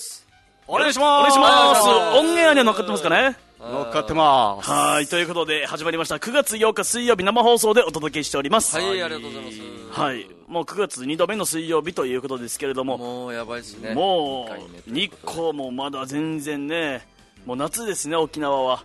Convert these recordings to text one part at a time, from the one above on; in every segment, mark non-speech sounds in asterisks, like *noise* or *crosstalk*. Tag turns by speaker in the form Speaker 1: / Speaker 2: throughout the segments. Speaker 1: お願いします
Speaker 2: お願いしますオンエアには乗っかってますかね
Speaker 1: 乗っかってます
Speaker 2: はいということで始まりました9月8日水曜日生放送でお届けしております
Speaker 3: はいありがとうございます
Speaker 2: はいもう9月2度目の水曜日ということですけれども
Speaker 3: もうやばいですね
Speaker 2: も
Speaker 3: 一回目
Speaker 2: う日光もまだ全然ねもう夏ですね沖縄は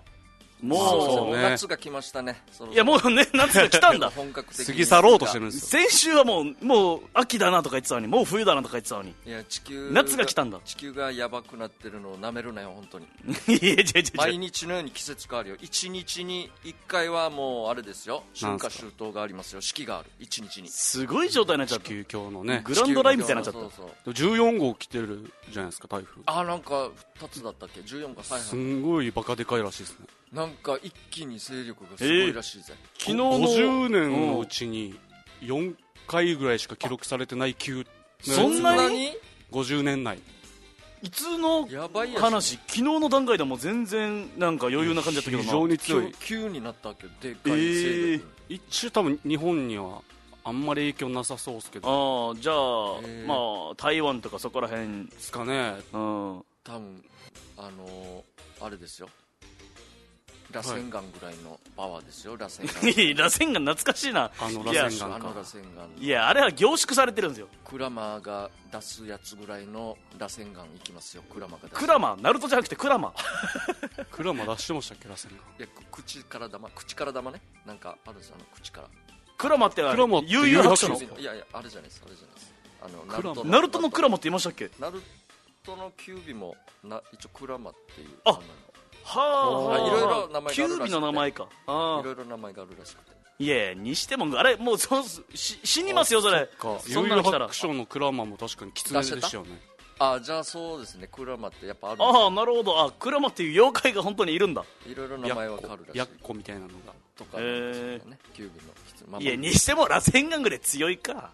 Speaker 3: そう
Speaker 1: そう
Speaker 2: も
Speaker 3: そう
Speaker 1: ね
Speaker 3: 夏が来ましたねそろそろ
Speaker 2: ういやもう
Speaker 3: *laughs*
Speaker 2: ね夏が来たんだ
Speaker 3: 本格的
Speaker 1: 過ぎ去ろうとしてるん
Speaker 3: る
Speaker 1: ですよ
Speaker 2: 先週はもうもう秋だなとか言ってたのにもう冬だなとか言ってたのに
Speaker 3: いや地球
Speaker 2: 夏が来たんだ
Speaker 3: 地球がやばくなってるのをなめるなよ本当に
Speaker 2: いやいやいやい
Speaker 3: 毎
Speaker 2: や
Speaker 3: 日のように季節変わるよ一日に一回はもうあれですよ春夏秋冬がありますよ四季がある一日に
Speaker 2: すごい状態になっちゃ
Speaker 1: 地
Speaker 2: った
Speaker 1: 球教のね
Speaker 2: グランドラインみたいになっちゃ
Speaker 3: そう
Speaker 2: っ
Speaker 3: そうそう
Speaker 1: 14号来てるじゃないですか台風
Speaker 3: あなんか二つだったっけ14か
Speaker 1: す
Speaker 3: 再販
Speaker 1: んごいバカでかいらしいですね
Speaker 3: なんか一気に勢力がすごいらしいぜ、
Speaker 2: た昨日の
Speaker 1: 50年のうちに4回ぐらいしか記録されてない急
Speaker 2: そんなに
Speaker 1: 50年内
Speaker 2: いつの
Speaker 3: やばいやつ
Speaker 2: 話昨日の段階でも全然なんか余裕な感じだったけどな
Speaker 1: 非常に強
Speaker 3: 急
Speaker 1: い
Speaker 3: 急になったわけよでかい
Speaker 2: え
Speaker 3: 勢力、
Speaker 2: ー、
Speaker 1: 一応多分日本にはあんまり影響なさそうですけど
Speaker 2: ああじゃあ、
Speaker 3: えー
Speaker 2: まあ台湾とかそこら辺うん
Speaker 1: ですか
Speaker 2: *laughs*
Speaker 1: ね
Speaker 3: 多分あのーあれですよ螺旋岩ぐらいのパワーです
Speaker 2: *laughs*
Speaker 3: よ、螺旋岩
Speaker 2: 螺旋が懐かしいな
Speaker 1: あの
Speaker 2: いや
Speaker 1: 螺旋
Speaker 3: あ
Speaker 1: 岩
Speaker 3: の螺
Speaker 1: か
Speaker 3: 旋
Speaker 2: い
Speaker 3: 岩
Speaker 2: やあれは凝縮されてるんですよ
Speaker 3: クラマーが出すやつぐらいの螺旋岩いきますよクラマーが出す
Speaker 2: クラマナルトじゃなくてクラマ
Speaker 1: クラマ出してましたっけ螺旋
Speaker 3: いやく口から玉口から玉ねなんかあるんですよあの口から
Speaker 2: クラマってあれ
Speaker 1: *laughs* クラマって
Speaker 2: 悠々白書の
Speaker 1: 悠
Speaker 3: いやいやあれじゃないですあれじゃないですあの
Speaker 1: クラマ
Speaker 2: ナルトのクラマって言いましたっけ
Speaker 3: ナルトのキュービもな一応クラマっていう
Speaker 2: あは
Speaker 3: あいろいろ
Speaker 2: あ
Speaker 3: 名前があるらし
Speaker 2: キ
Speaker 3: くて
Speaker 2: ュービの名前かあ
Speaker 3: いろいろ名前があるらしくて
Speaker 2: あいやにしてもあれもうそし死にますよそれ
Speaker 1: か
Speaker 2: そん
Speaker 1: 悠
Speaker 2: なの
Speaker 1: 々
Speaker 2: 来たら
Speaker 1: 白書のクラマも確かに狐でしたよね
Speaker 3: あじゃあそうですねクラマってやっぱあるんです
Speaker 2: ああなるほどあクラマっていう妖怪が本当にいるんだ
Speaker 3: いろいろ名
Speaker 1: ヤ
Speaker 3: 前は変わ
Speaker 1: ッ
Speaker 3: る
Speaker 1: コ
Speaker 3: らし
Speaker 1: ヤ
Speaker 3: い
Speaker 1: ッコみたいなのが
Speaker 3: とかなんですよね、キューブの質問まあ
Speaker 2: いや
Speaker 3: まあ
Speaker 2: にしても螺旋岩ぐらい強いか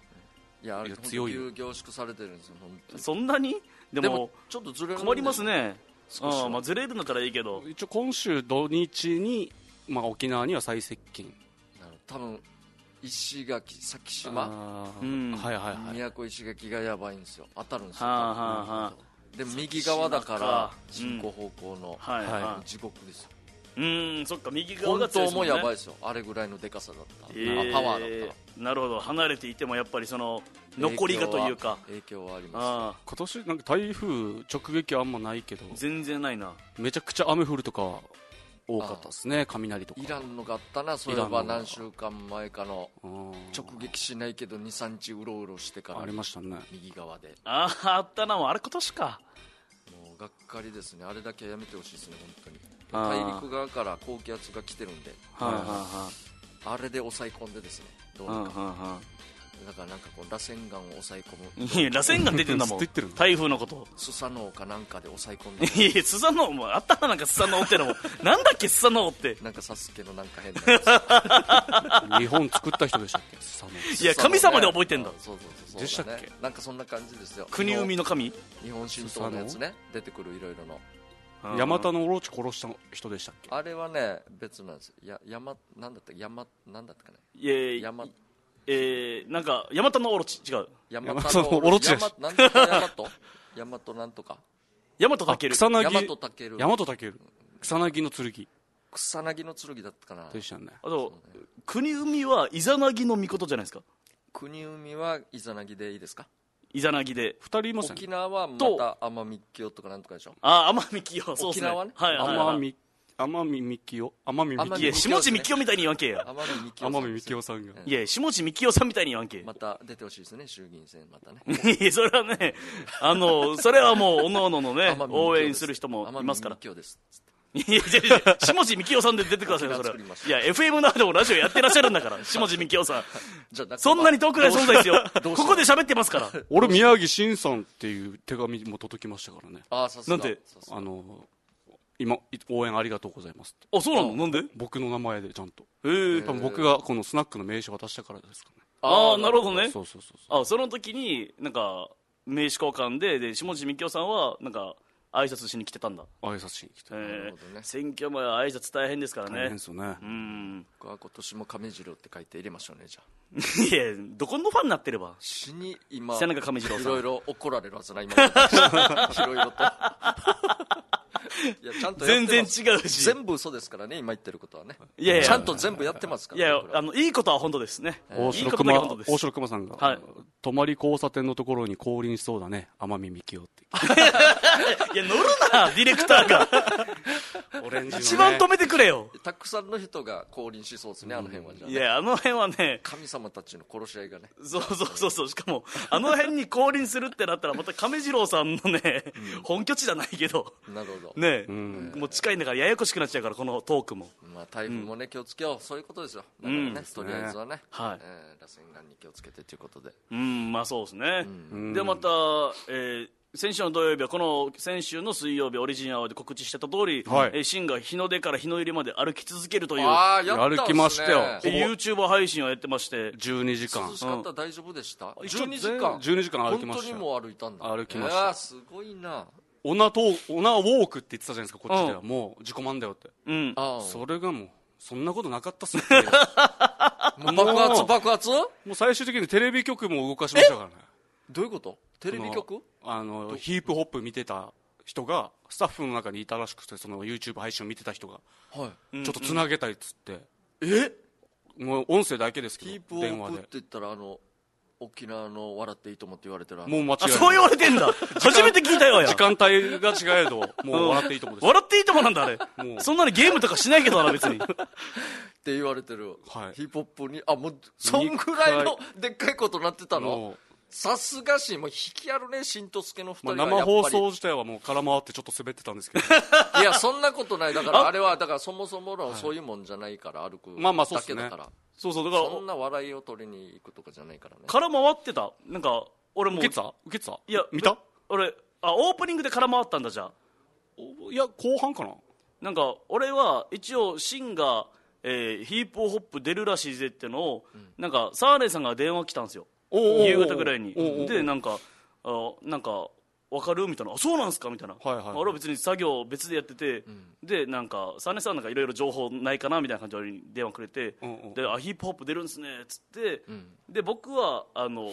Speaker 3: いやあ
Speaker 1: い
Speaker 3: れ
Speaker 1: や
Speaker 3: 強
Speaker 1: 強いよ
Speaker 3: い凝縮されてるんですよ本当に
Speaker 2: そんなにで
Speaker 3: で
Speaker 2: も
Speaker 3: ちょっとずれるんで
Speaker 2: 困りますね
Speaker 3: 少しは
Speaker 2: ああまあずれるんだったらいいけど
Speaker 1: 一応今週土日に、まあ、沖縄には最接近
Speaker 3: なる多分石垣先島
Speaker 1: あー
Speaker 2: うん
Speaker 1: はいはいはい
Speaker 3: 宮古石垣がやばいんですよ当たるんですよ、
Speaker 2: はあはあはあ
Speaker 3: で右側だから
Speaker 2: 先
Speaker 3: 進
Speaker 2: 島か
Speaker 3: 行方向の、
Speaker 2: はい
Speaker 1: はい
Speaker 2: は
Speaker 3: 地獄ですよ
Speaker 2: いうーんそっか右側
Speaker 3: 本
Speaker 2: が強い
Speaker 3: 当もやばい
Speaker 2: い
Speaker 3: ですよあれぐらいのでかさだった、
Speaker 2: え
Speaker 3: あパワーだっ
Speaker 2: ーなるほど離れていてもやっぱりその
Speaker 3: た
Speaker 2: 残りがというか
Speaker 3: 影響は影響はありま
Speaker 2: ああ
Speaker 1: 今年なんか台風直撃はあんまないけど
Speaker 2: 全然ないな
Speaker 1: めちゃくちゃ雨降るとかは多かったですね雷とか
Speaker 3: すイランのがあったなそういえば何週間前かの
Speaker 1: うん
Speaker 3: 直撃しないけど23日うろうろしてから
Speaker 1: ありましたね
Speaker 3: 右側で
Speaker 2: あああったなもうあれ今年か
Speaker 3: もうがっかりですねあれだけはやめてほしいですね
Speaker 2: あ
Speaker 3: 本当
Speaker 2: ー
Speaker 3: に大陸側から高気圧が来てるんで
Speaker 2: はいはい
Speaker 3: あれで抑え込んでですねどう
Speaker 2: はい
Speaker 3: に
Speaker 2: は
Speaker 3: か
Speaker 2: いは
Speaker 3: だからなんかこう螺旋岩を抑え込
Speaker 2: い
Speaker 3: む
Speaker 2: はいいや螺旋が出てんだもん
Speaker 1: ずっと言ってるの
Speaker 2: 台風のこと
Speaker 3: スサノオかなんかで抑え込んで
Speaker 2: いやスサノオもあったななんかスサノオってのもなんだっけスサノオって
Speaker 3: なんかサスケのなんか変なやつ
Speaker 1: 日本作った人でしたっけ佐野
Speaker 2: *laughs* いや神様で覚えてんだ
Speaker 3: あそうそうそうそう
Speaker 1: でしたっけ
Speaker 3: なんかそんな感じですよ
Speaker 2: 国生みの神
Speaker 3: 日本神道のやつね出てくるいろいろの
Speaker 1: ヤマタのオロチ殺した人でしたっけ
Speaker 3: あれはね別なんですよや山なんだった山なんだったかね
Speaker 2: いえ
Speaker 3: 山
Speaker 2: えー、なんかヤマタのオロチ違う *laughs*
Speaker 3: ヤ
Speaker 1: マトのオロチです
Speaker 3: なんとかヤマトヤマトなんとか
Speaker 2: ヤマトかける
Speaker 1: 草
Speaker 3: ヤマ
Speaker 1: 薙
Speaker 3: トタケル
Speaker 1: ヤマトタケル草薙の剣
Speaker 3: 草薙の剣だったかな
Speaker 1: でしたね
Speaker 2: あと、国海はイザナギの御事じゃないですか
Speaker 3: 国海はイザナギでいいですか
Speaker 2: イザナギで
Speaker 1: 二人いますよ
Speaker 3: 沖
Speaker 1: ね
Speaker 3: 縄はまた奄美京とかなんとかでしょ
Speaker 2: ああ奄美清そうっすね
Speaker 3: 沖縄ね
Speaker 2: はいはい、はい、
Speaker 1: 天海天海みきお天海み
Speaker 3: 天
Speaker 1: き
Speaker 3: 海
Speaker 2: いや下地幹雄みたいに言わんけや
Speaker 3: 奄美京
Speaker 1: 天海みきおさんが
Speaker 2: いや下地幹雄さんみたいに言わんけ、
Speaker 3: また出てほしいですね衆議院選またね
Speaker 2: いやそれはねあのそれはもうおのおののね
Speaker 3: 奄美
Speaker 2: 応援する人もいますから
Speaker 3: 奄美みきおですつって
Speaker 2: いやいやいや下地幹雄さんで出てくださいよそ
Speaker 3: *laughs*
Speaker 2: れは
Speaker 3: 沖縄作りましょ
Speaker 2: いや FM などでもラジオやってらっしゃるんだから下地幹雄さん
Speaker 3: じゃあだから
Speaker 2: そんなに遠くない存在ですよこ
Speaker 3: どうした
Speaker 2: こで喋ってます
Speaker 3: *laughs*
Speaker 2: から
Speaker 1: 俺宮城真さんっていう手紙も届きましたからね
Speaker 3: ああさす
Speaker 2: な
Speaker 3: が
Speaker 2: んて
Speaker 3: さすが
Speaker 1: あの今い応援ありがとうございますって
Speaker 2: あそうなのなんで
Speaker 1: 僕の名前でちゃんと
Speaker 2: えー
Speaker 1: 多分僕がこのスナックの名刺渡したからですかね
Speaker 2: ああなるほどね
Speaker 1: そうそうそうそう
Speaker 2: あその時になんか名刺交換でで下地幹雄さんはなんか挨拶しに来てたんだ、
Speaker 1: 挨拶しに来て、
Speaker 2: えー
Speaker 3: るほどね
Speaker 2: 選挙前は挨拶大変ですから
Speaker 1: 大変
Speaker 2: ね
Speaker 1: ですよね、
Speaker 2: うん
Speaker 3: 僕は今年も亀次郎って書いて入れましょうねじゃあ
Speaker 2: いやどこのファンになってれば
Speaker 3: 死に今
Speaker 2: 背中亀次郎さん
Speaker 3: いろいろ怒られるはずな今 *laughs* いろいろといやちゃんとやって
Speaker 2: 全然違
Speaker 3: ます
Speaker 2: うし
Speaker 3: 全部嘘ですからね今言ってることはね
Speaker 2: いやいや
Speaker 3: ちゃんと全部やってますか
Speaker 2: い
Speaker 3: らね
Speaker 2: や
Speaker 3: 僕ら
Speaker 2: あのいいことは本当ですね
Speaker 1: 大
Speaker 2: いい
Speaker 1: 城
Speaker 2: ことだけ
Speaker 1: 熊
Speaker 2: 本当です
Speaker 1: 大城熊さんが、
Speaker 2: はい
Speaker 1: 泊まり交差点のところに降臨しそうだね天海幹雄って
Speaker 2: いや乗るなディレクターが
Speaker 1: オレンジの、ね、
Speaker 2: 一番止めてくれよ
Speaker 3: たくさんの人が降臨しそうですねあの辺はじゃあ
Speaker 2: い
Speaker 3: ね
Speaker 2: やあの辺はね
Speaker 3: 神様たちの殺し合いがね
Speaker 2: そうそうそうそうしかもあの辺に降臨するってなったらまた亀次郎さんのね、本拠地じゃないけど
Speaker 3: なるほど
Speaker 2: ね、もう近いんだからややこしくなっちゃうからこのトークも
Speaker 3: まあ台風もね気をつけようそういうことですよだからねとりあえずはね
Speaker 2: はい
Speaker 3: えー螺旋岩に気をつけてということで
Speaker 2: うんまあそうですね、でまた、えー先週の土曜日はこの先週の水曜日オリジンアワーで告知してた通り、
Speaker 1: はい
Speaker 2: えーシンが日の出から日の入りまで歩き続けるという
Speaker 3: ああやったんすね
Speaker 1: 歩きましたよ
Speaker 2: えー YouTuber 配信をやってまして
Speaker 1: 12時間
Speaker 3: 涼しかった大丈夫でした
Speaker 1: 一応
Speaker 3: 12時間
Speaker 1: 全12時間歩きましたよ
Speaker 3: 本当にもう歩いたんだ
Speaker 1: 歩きました
Speaker 3: いやーすごいな
Speaker 1: オナトーオナウォークって言ってたじゃないですかこっちでは、
Speaker 2: う
Speaker 1: もう自己満だよって
Speaker 2: うん
Speaker 3: あ
Speaker 1: それがもうそんなことなかったっすねっていう
Speaker 3: あもう爆
Speaker 1: も
Speaker 3: 発
Speaker 1: う
Speaker 3: 爆発
Speaker 1: もう最終的にテレビ局も動かしましたからね
Speaker 3: どういうことテレビ局
Speaker 1: あのヒープホップ見てた人がスタッフの中にいたらしくてその YouTube 配信を見てた人が
Speaker 3: はい
Speaker 1: ちょっとつなげたいっつって、
Speaker 3: え
Speaker 1: もう音声だけです
Speaker 3: キ
Speaker 1: け
Speaker 3: ープ
Speaker 1: ど
Speaker 3: オ
Speaker 1: 電話
Speaker 3: ープ
Speaker 1: で
Speaker 3: って言ったらあの沖縄の笑っていいと思って言われてるあの
Speaker 1: もう間違いな
Speaker 2: あ
Speaker 1: い
Speaker 2: そう言われて
Speaker 1: *laughs*
Speaker 2: んだ初めて聞いたよや
Speaker 1: 時間帯が違えどもう笑っていいと思うんです
Speaker 2: 笑っていいともなんだあれ
Speaker 1: もう
Speaker 2: そんなにゲームとかしないけどな別
Speaker 1: *laughs*
Speaker 2: に
Speaker 3: って言われてる
Speaker 1: はい
Speaker 3: ヒップホップにあもうそんぐらいのでっかいことなってたの
Speaker 1: もう
Speaker 3: さすがしもう引きあるね新とすけの二
Speaker 1: まあ、
Speaker 3: 人はや
Speaker 1: 生
Speaker 3: っぱり
Speaker 1: 放送自体はもう空回ってちょっと滑ってたんですけど
Speaker 3: いやそんなことないだからあれはだからそもそものそういうもんじゃないから歩く
Speaker 1: まあまあそう
Speaker 3: だ
Speaker 1: っす
Speaker 3: け
Speaker 1: ね
Speaker 3: だから
Speaker 2: そうそうだから
Speaker 3: そんな笑いを取りに行くとかじゃないからね
Speaker 2: 空回ってたなんか俺も
Speaker 1: 受けてた受けてた
Speaker 2: いや
Speaker 1: 見た
Speaker 2: 俺あオープニングで空回ったんだじゃあ
Speaker 1: おいや後半かな
Speaker 2: なんか俺は一応シンが、えーヒープホップ出るらしいぜってのを、なんかサーレイさんが電話来たんですよ
Speaker 1: おうおうおう
Speaker 2: 夕方ぐらいに
Speaker 1: おうおうおう
Speaker 2: でなんかあなんか分かるみたいなあそうなんすかみたいな、
Speaker 1: はいはいはい
Speaker 2: 俺は別に作業別でやってて、でなんかサーレイさんなんかいろいろ情報ないかなみたいな感じで俺に電話くれて、
Speaker 1: うんうん
Speaker 2: であヒップホップ出るんすねっつって、で僕はあの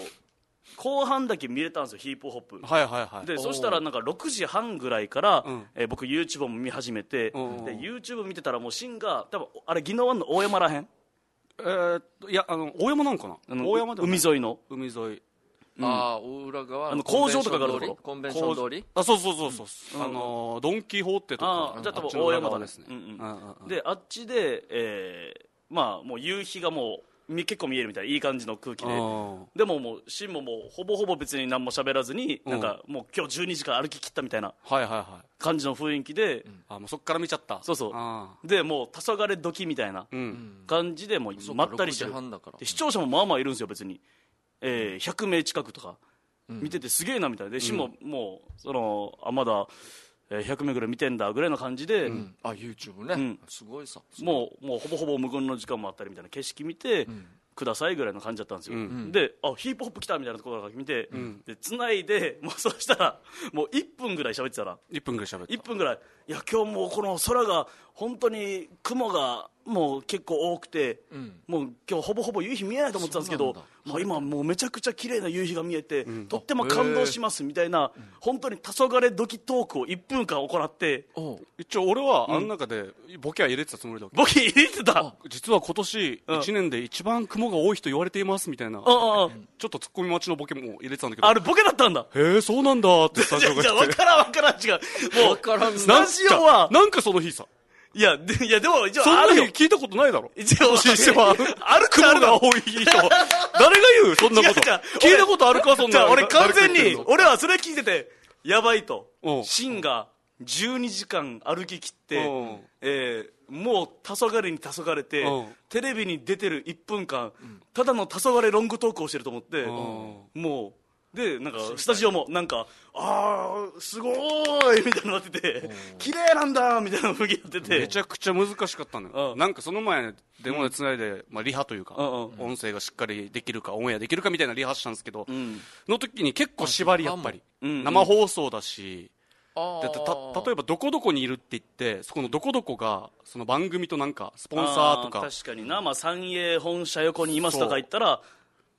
Speaker 2: 後半だけ見れたんですよヒップホップ、
Speaker 1: はいはいはい
Speaker 2: でそしたらなんか6時半ぐらいから、
Speaker 1: うん
Speaker 2: えー僕 YouTube も見始めて、
Speaker 1: うんうん
Speaker 2: で YouTube 見てたらもうシンが多分あれ宜野湾の大山らへん
Speaker 1: えーっといやあの大山なんかな
Speaker 2: あの
Speaker 1: 大山ではない
Speaker 2: 海沿いの
Speaker 1: 海沿い
Speaker 3: ああ大浦川
Speaker 2: あの
Speaker 3: コン
Speaker 2: 工
Speaker 3: ベンショ
Speaker 2: 場
Speaker 3: ン
Speaker 2: とかがあるところ
Speaker 3: 通りコンベンション通り
Speaker 1: あそうそうそうそう、あのードン・キホーテと
Speaker 2: あ
Speaker 1: か
Speaker 2: あじゃあ多
Speaker 1: っち
Speaker 2: 分
Speaker 1: の
Speaker 2: 大
Speaker 1: 裏
Speaker 2: 山だ
Speaker 1: 側
Speaker 2: ね
Speaker 1: ですね
Speaker 2: うんうん
Speaker 1: うんうんうん
Speaker 2: であっちで、えーまあもう夕日がもうみ結構見えるみたいないい感じの空気で
Speaker 1: あー
Speaker 2: でももうシンももうほぼほぼ別に何も喋らずに、なんかもう今日12時間歩き切ったみたいな
Speaker 1: はいはいはい
Speaker 2: 感じの雰囲気で、
Speaker 1: あもうそっから見ちゃった
Speaker 2: そうそう
Speaker 1: あ
Speaker 2: でもう黄昏時みたいな
Speaker 1: ーうん、
Speaker 2: 感じでもうまったりしてる
Speaker 3: 6時半だから
Speaker 2: で視聴者もまあまあいるんですよ別に、えー100名近くとか見ててすげえなみたいで、しももうそのあまだえー100名ぐらい見てんだぐらいの感じで、
Speaker 3: うんあ YouTube ね、
Speaker 2: ん
Speaker 3: すごいさ
Speaker 2: もうもうほぼほぼ無言の時間もあったりみたいな景色見て、くださいぐらいの感じだったんですよ、であヒップホップ来たみたいなところから見て、で繋いでもうそうしたらもう1分ぐらい喋ってたら
Speaker 1: 1分ぐらい喋った
Speaker 2: 1分ぐらいいや今日もうこの空が本当に雲がもう結構多くて、もう今日ほぼほぼ夕日見えないと思ってたんですけ
Speaker 3: そ
Speaker 2: ど
Speaker 3: うなんだ
Speaker 2: まあ、今もうめちゃくちゃ綺麗な夕日が見えて、とっても感動しますみたいな、本当に黄昏時トークを1分間行って
Speaker 3: おう
Speaker 1: 一応俺はあの中でボケは入れてたつもりだけど、
Speaker 2: ボケ入れてた
Speaker 1: 実は今年1年で一番雲が多いと言われていますみたいな、
Speaker 2: あ
Speaker 1: ちょ
Speaker 2: ああ
Speaker 1: っとツッコミ待ちのボケも入れてたんだけど
Speaker 2: あれボケだったんだ
Speaker 1: へえそうなんだってスタ
Speaker 2: じ
Speaker 1: ジ
Speaker 2: ゃ
Speaker 1: オが
Speaker 2: じゃ
Speaker 1: 言っ
Speaker 2: 分
Speaker 1: て
Speaker 2: からん分からん違うもう
Speaker 3: わからん
Speaker 2: ス
Speaker 3: な
Speaker 2: タジオは
Speaker 1: なんかその日さ
Speaker 2: いやでいやでも一応
Speaker 1: そん
Speaker 2: あ
Speaker 1: な
Speaker 2: る
Speaker 1: 日
Speaker 2: よ
Speaker 1: 聞いたことないだろ
Speaker 2: 一応
Speaker 1: 年にしては
Speaker 2: あるっちゃ
Speaker 1: 雲
Speaker 2: あるだろ
Speaker 1: が多い人誰が言うそんなこと
Speaker 2: 違う違う
Speaker 1: 聞いたことあるかそんな
Speaker 2: じゃあ俺完
Speaker 1: 誰
Speaker 2: 全に
Speaker 1: か言ってんの
Speaker 2: 俺はそれ聞いててやばいと
Speaker 1: うん
Speaker 2: シンが12時間歩き切って
Speaker 1: うん、
Speaker 2: えーもう黄昏に黄昏れて
Speaker 1: うん
Speaker 2: テレビに出てる1分間ただの黄昏ロングトークをしてると思ってもうでなんかスタジオもなんかああすごーいみたいになってて綺麗なんだみたいな雰囲気になってて
Speaker 1: めちゃくちゃ難しかったのよ、
Speaker 2: うん
Speaker 1: なんかその前電話でつないで、まあ、リハというか、
Speaker 2: うんうん
Speaker 1: 音声がしっかりできるかオンエアできるかみたいなリハしたんですけど、
Speaker 2: ん
Speaker 1: の時に結構縛りやっぱり、
Speaker 2: うんうん
Speaker 1: 生放送だし
Speaker 3: あ
Speaker 1: でた例えば「どこどこにいる」って言ってそこの「どこどこ」がその番組となんかスポンサーと
Speaker 2: あ
Speaker 1: か
Speaker 2: 確かにな、まあ、三栄本社横にいますとか言ったら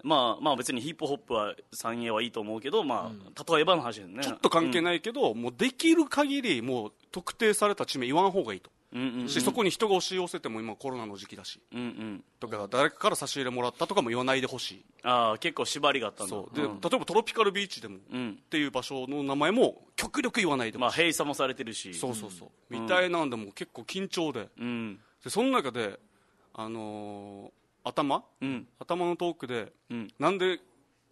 Speaker 2: まあまあ別にヒップホップは三栄はいいと思うけどまあ、例えばの話だよね
Speaker 1: ちょっと関係
Speaker 2: い、
Speaker 1: ないけど、もうできる限りもう特定された地名言わん方がいいと、
Speaker 2: うんうんうん
Speaker 1: しそこに人が押し寄せても今コロナの時期だし
Speaker 2: うんうん、
Speaker 1: とか誰かから差し入れもらったとかも言わないでほしい
Speaker 2: ああ結構縛りがあったんだ
Speaker 1: そうで、
Speaker 2: うん
Speaker 1: 例えばトロピカルビーチでも、っ
Speaker 2: うん
Speaker 1: ていう場所の名前も極力言わないで
Speaker 2: ま
Speaker 1: ほ
Speaker 2: あ
Speaker 1: しい、
Speaker 2: 閉鎖もされてるし
Speaker 1: そうそうそう、みたいなんでもう結構緊張で
Speaker 2: うん
Speaker 1: でその中で、あのー頭
Speaker 2: うん
Speaker 1: 頭のトークで
Speaker 2: うん
Speaker 1: なんで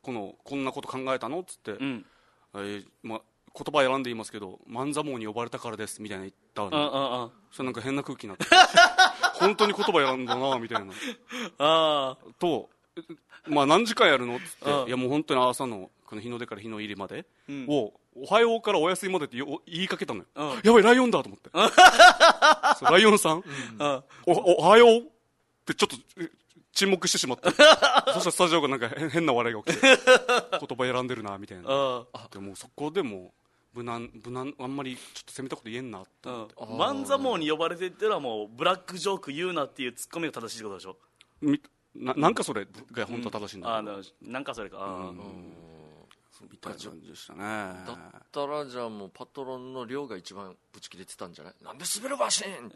Speaker 1: このこんなこと考えたのっつって、
Speaker 2: うん
Speaker 1: えーま、言葉選んで言いますけど万座網に呼ばれたからですみたいな言ったの
Speaker 2: あああ
Speaker 1: それなんか変な空気になって本当に言葉選んだなみたいな
Speaker 2: あ
Speaker 1: と、まあ、何時間やるのっつ
Speaker 2: う
Speaker 1: っ
Speaker 2: ん
Speaker 1: ていやもう本当に朝のこの日の出から日の入りまで
Speaker 2: うん
Speaker 1: を、おはようからおやすみまでってよ言いかけたのよ、
Speaker 2: うん
Speaker 1: やばいライオンだと思ってそうライオンさん、
Speaker 2: あ
Speaker 1: おおはようってちょっとえ沈黙してしまってそしたらスタジオがなんか変変な笑いが起きて言葉選んでるなみたいな
Speaker 2: あ
Speaker 1: でもうそこでもう無難無難あんまりちょっと攻めたこと言えんなって
Speaker 2: あ万座網に呼ばれてってのはもうブラックジョーク言うなっていうツッコミが正しいってことでしょ
Speaker 1: みななんかそれが本当は正しいんだ
Speaker 2: あ
Speaker 1: けど、
Speaker 2: あなんかそれかあ
Speaker 1: うんみたいな感じでしたね
Speaker 3: だったらじゃあもうパトロンの量が一番ぶち切れてたんじゃないなんで滑るマシーンっ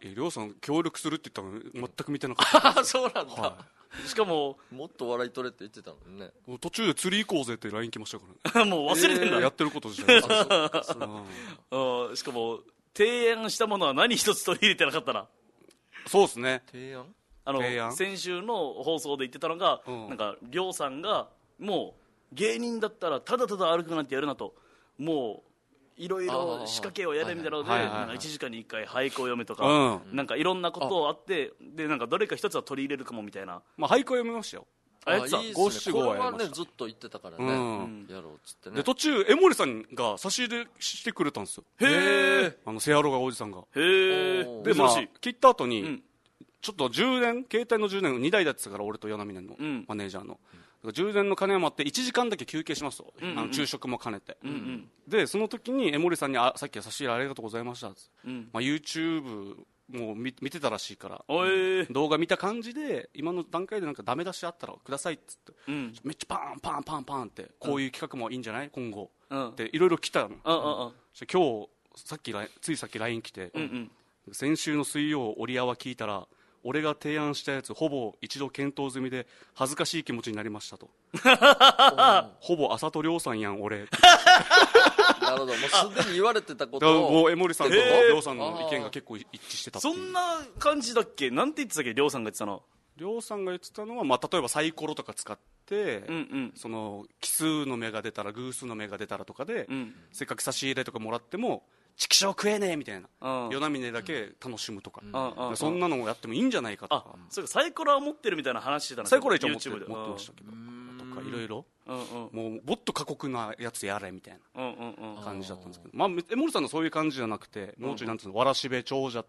Speaker 3: て
Speaker 1: えりょうさん協力するって言ったのに全く見てなか
Speaker 2: *laughs*
Speaker 1: っ
Speaker 3: あそうなんだ、
Speaker 1: た、は
Speaker 2: あしかも *laughs*
Speaker 3: もっと笑い取れって言ってたのにね
Speaker 1: い、途中で釣り行こうぜって LINE 来ましたからね
Speaker 2: もう *laughs* 忘れてんだ
Speaker 1: やってること自
Speaker 2: *laughs*
Speaker 1: 体
Speaker 3: あそっかそっか
Speaker 1: うん
Speaker 2: うんしかも提案したものは何一つ取り入れてなかったな
Speaker 1: そうですね
Speaker 3: 提案
Speaker 2: あの
Speaker 1: 提案
Speaker 2: 先週の放送で言ってたのが、
Speaker 1: うん
Speaker 2: なんか亮さんがもう芸人だったらただただ歩くなんてやるなともういろいろ
Speaker 3: あー
Speaker 2: 仕掛けをやれみたいなので、
Speaker 1: はいはいはいはい
Speaker 2: なんか1時間に1回俳句を読めとか、
Speaker 1: う
Speaker 2: なんかいろんなことあってでなんかどれか一つは取り入れるかもみたいな
Speaker 1: まあ、俳句は読みましたよ、
Speaker 2: あやつ
Speaker 3: あ
Speaker 2: はい
Speaker 3: いっ
Speaker 1: 五
Speaker 3: す
Speaker 1: 七
Speaker 3: ね
Speaker 1: 五
Speaker 3: こ
Speaker 1: は
Speaker 3: れ
Speaker 1: や
Speaker 3: は
Speaker 1: りました
Speaker 3: ねずっと言ってたからね、
Speaker 1: うん
Speaker 3: やろうっつってね
Speaker 1: で途中江森さんが差し入れしてくれたんですよ
Speaker 2: へえ
Speaker 1: あのセアロがおじさんが
Speaker 2: へえ
Speaker 3: おー
Speaker 1: で、
Speaker 2: 珍
Speaker 1: まあ
Speaker 2: しい、、
Speaker 1: 切った後に、
Speaker 2: ん
Speaker 1: ちょっと充電携帯の充電2台だってたから俺と柳峰の
Speaker 2: うん
Speaker 1: マネージャーの、だから充電の金余って1時間だけ休憩しますと、
Speaker 2: んうん
Speaker 1: あの昼食も兼ねて、
Speaker 2: ん
Speaker 1: でその時に江森さんにあさっきは差し入れありがとうございましたっつって、
Speaker 2: うん
Speaker 1: まあ、YouTube も見見てたらしいから
Speaker 2: おえ
Speaker 1: 動画見た感じで今の段階でなんかダメ出しあったらくださいっつって、
Speaker 2: うん
Speaker 1: めっちゃパンパンパンパンってこういう企画もいいんじゃない今後、
Speaker 2: うん
Speaker 1: っていろいろ来たの、
Speaker 2: あああ
Speaker 1: そして今日さっきラインついさっき LINE 来て、
Speaker 2: うんうん
Speaker 1: 先週の水曜折り合わ聞いたら俺が提案したやつほぼ一度検討済みで恥ずかしい気持ちになりました
Speaker 2: *laughs*
Speaker 1: とほぼ浅戸亮さんやん俺だか
Speaker 3: なるほどもうすでに言われてたこ
Speaker 1: *laughs* ら
Speaker 3: と
Speaker 1: も
Speaker 3: を
Speaker 1: う江森さんと
Speaker 2: えー
Speaker 1: 亮さんの意見が結構一致してたってい
Speaker 2: そ
Speaker 1: うん
Speaker 2: な感じだっけなんて言ってたっけ亮さんが言ってたの
Speaker 1: 亮さんが言ってたのは、まあ、例えばサイコロとか使って、
Speaker 2: うんうん
Speaker 1: その奇数の目が出たら偶数の目が出たらとかで、
Speaker 2: うん
Speaker 1: せっかく差し入れとかもらっても畜生食えねえみたいな
Speaker 2: うん
Speaker 1: 夜な峰だけ楽しむとか、
Speaker 2: うんうん
Speaker 1: そんなのをやってもいいんじゃないかと
Speaker 2: あ
Speaker 1: か、
Speaker 2: そうかサイコロは持ってるみたいな話してたの
Speaker 1: サイコロ一応持って
Speaker 2: YouTube で
Speaker 1: 持ってましたけどとかいろいろ
Speaker 2: うんうん
Speaker 1: もうもっと過酷なやつやれみたい
Speaker 2: うんうんうん
Speaker 1: な感じだったんですけど、まあ、江森さんのそういう感じじゃなくて、もうちょいなんつうのわらしべ長者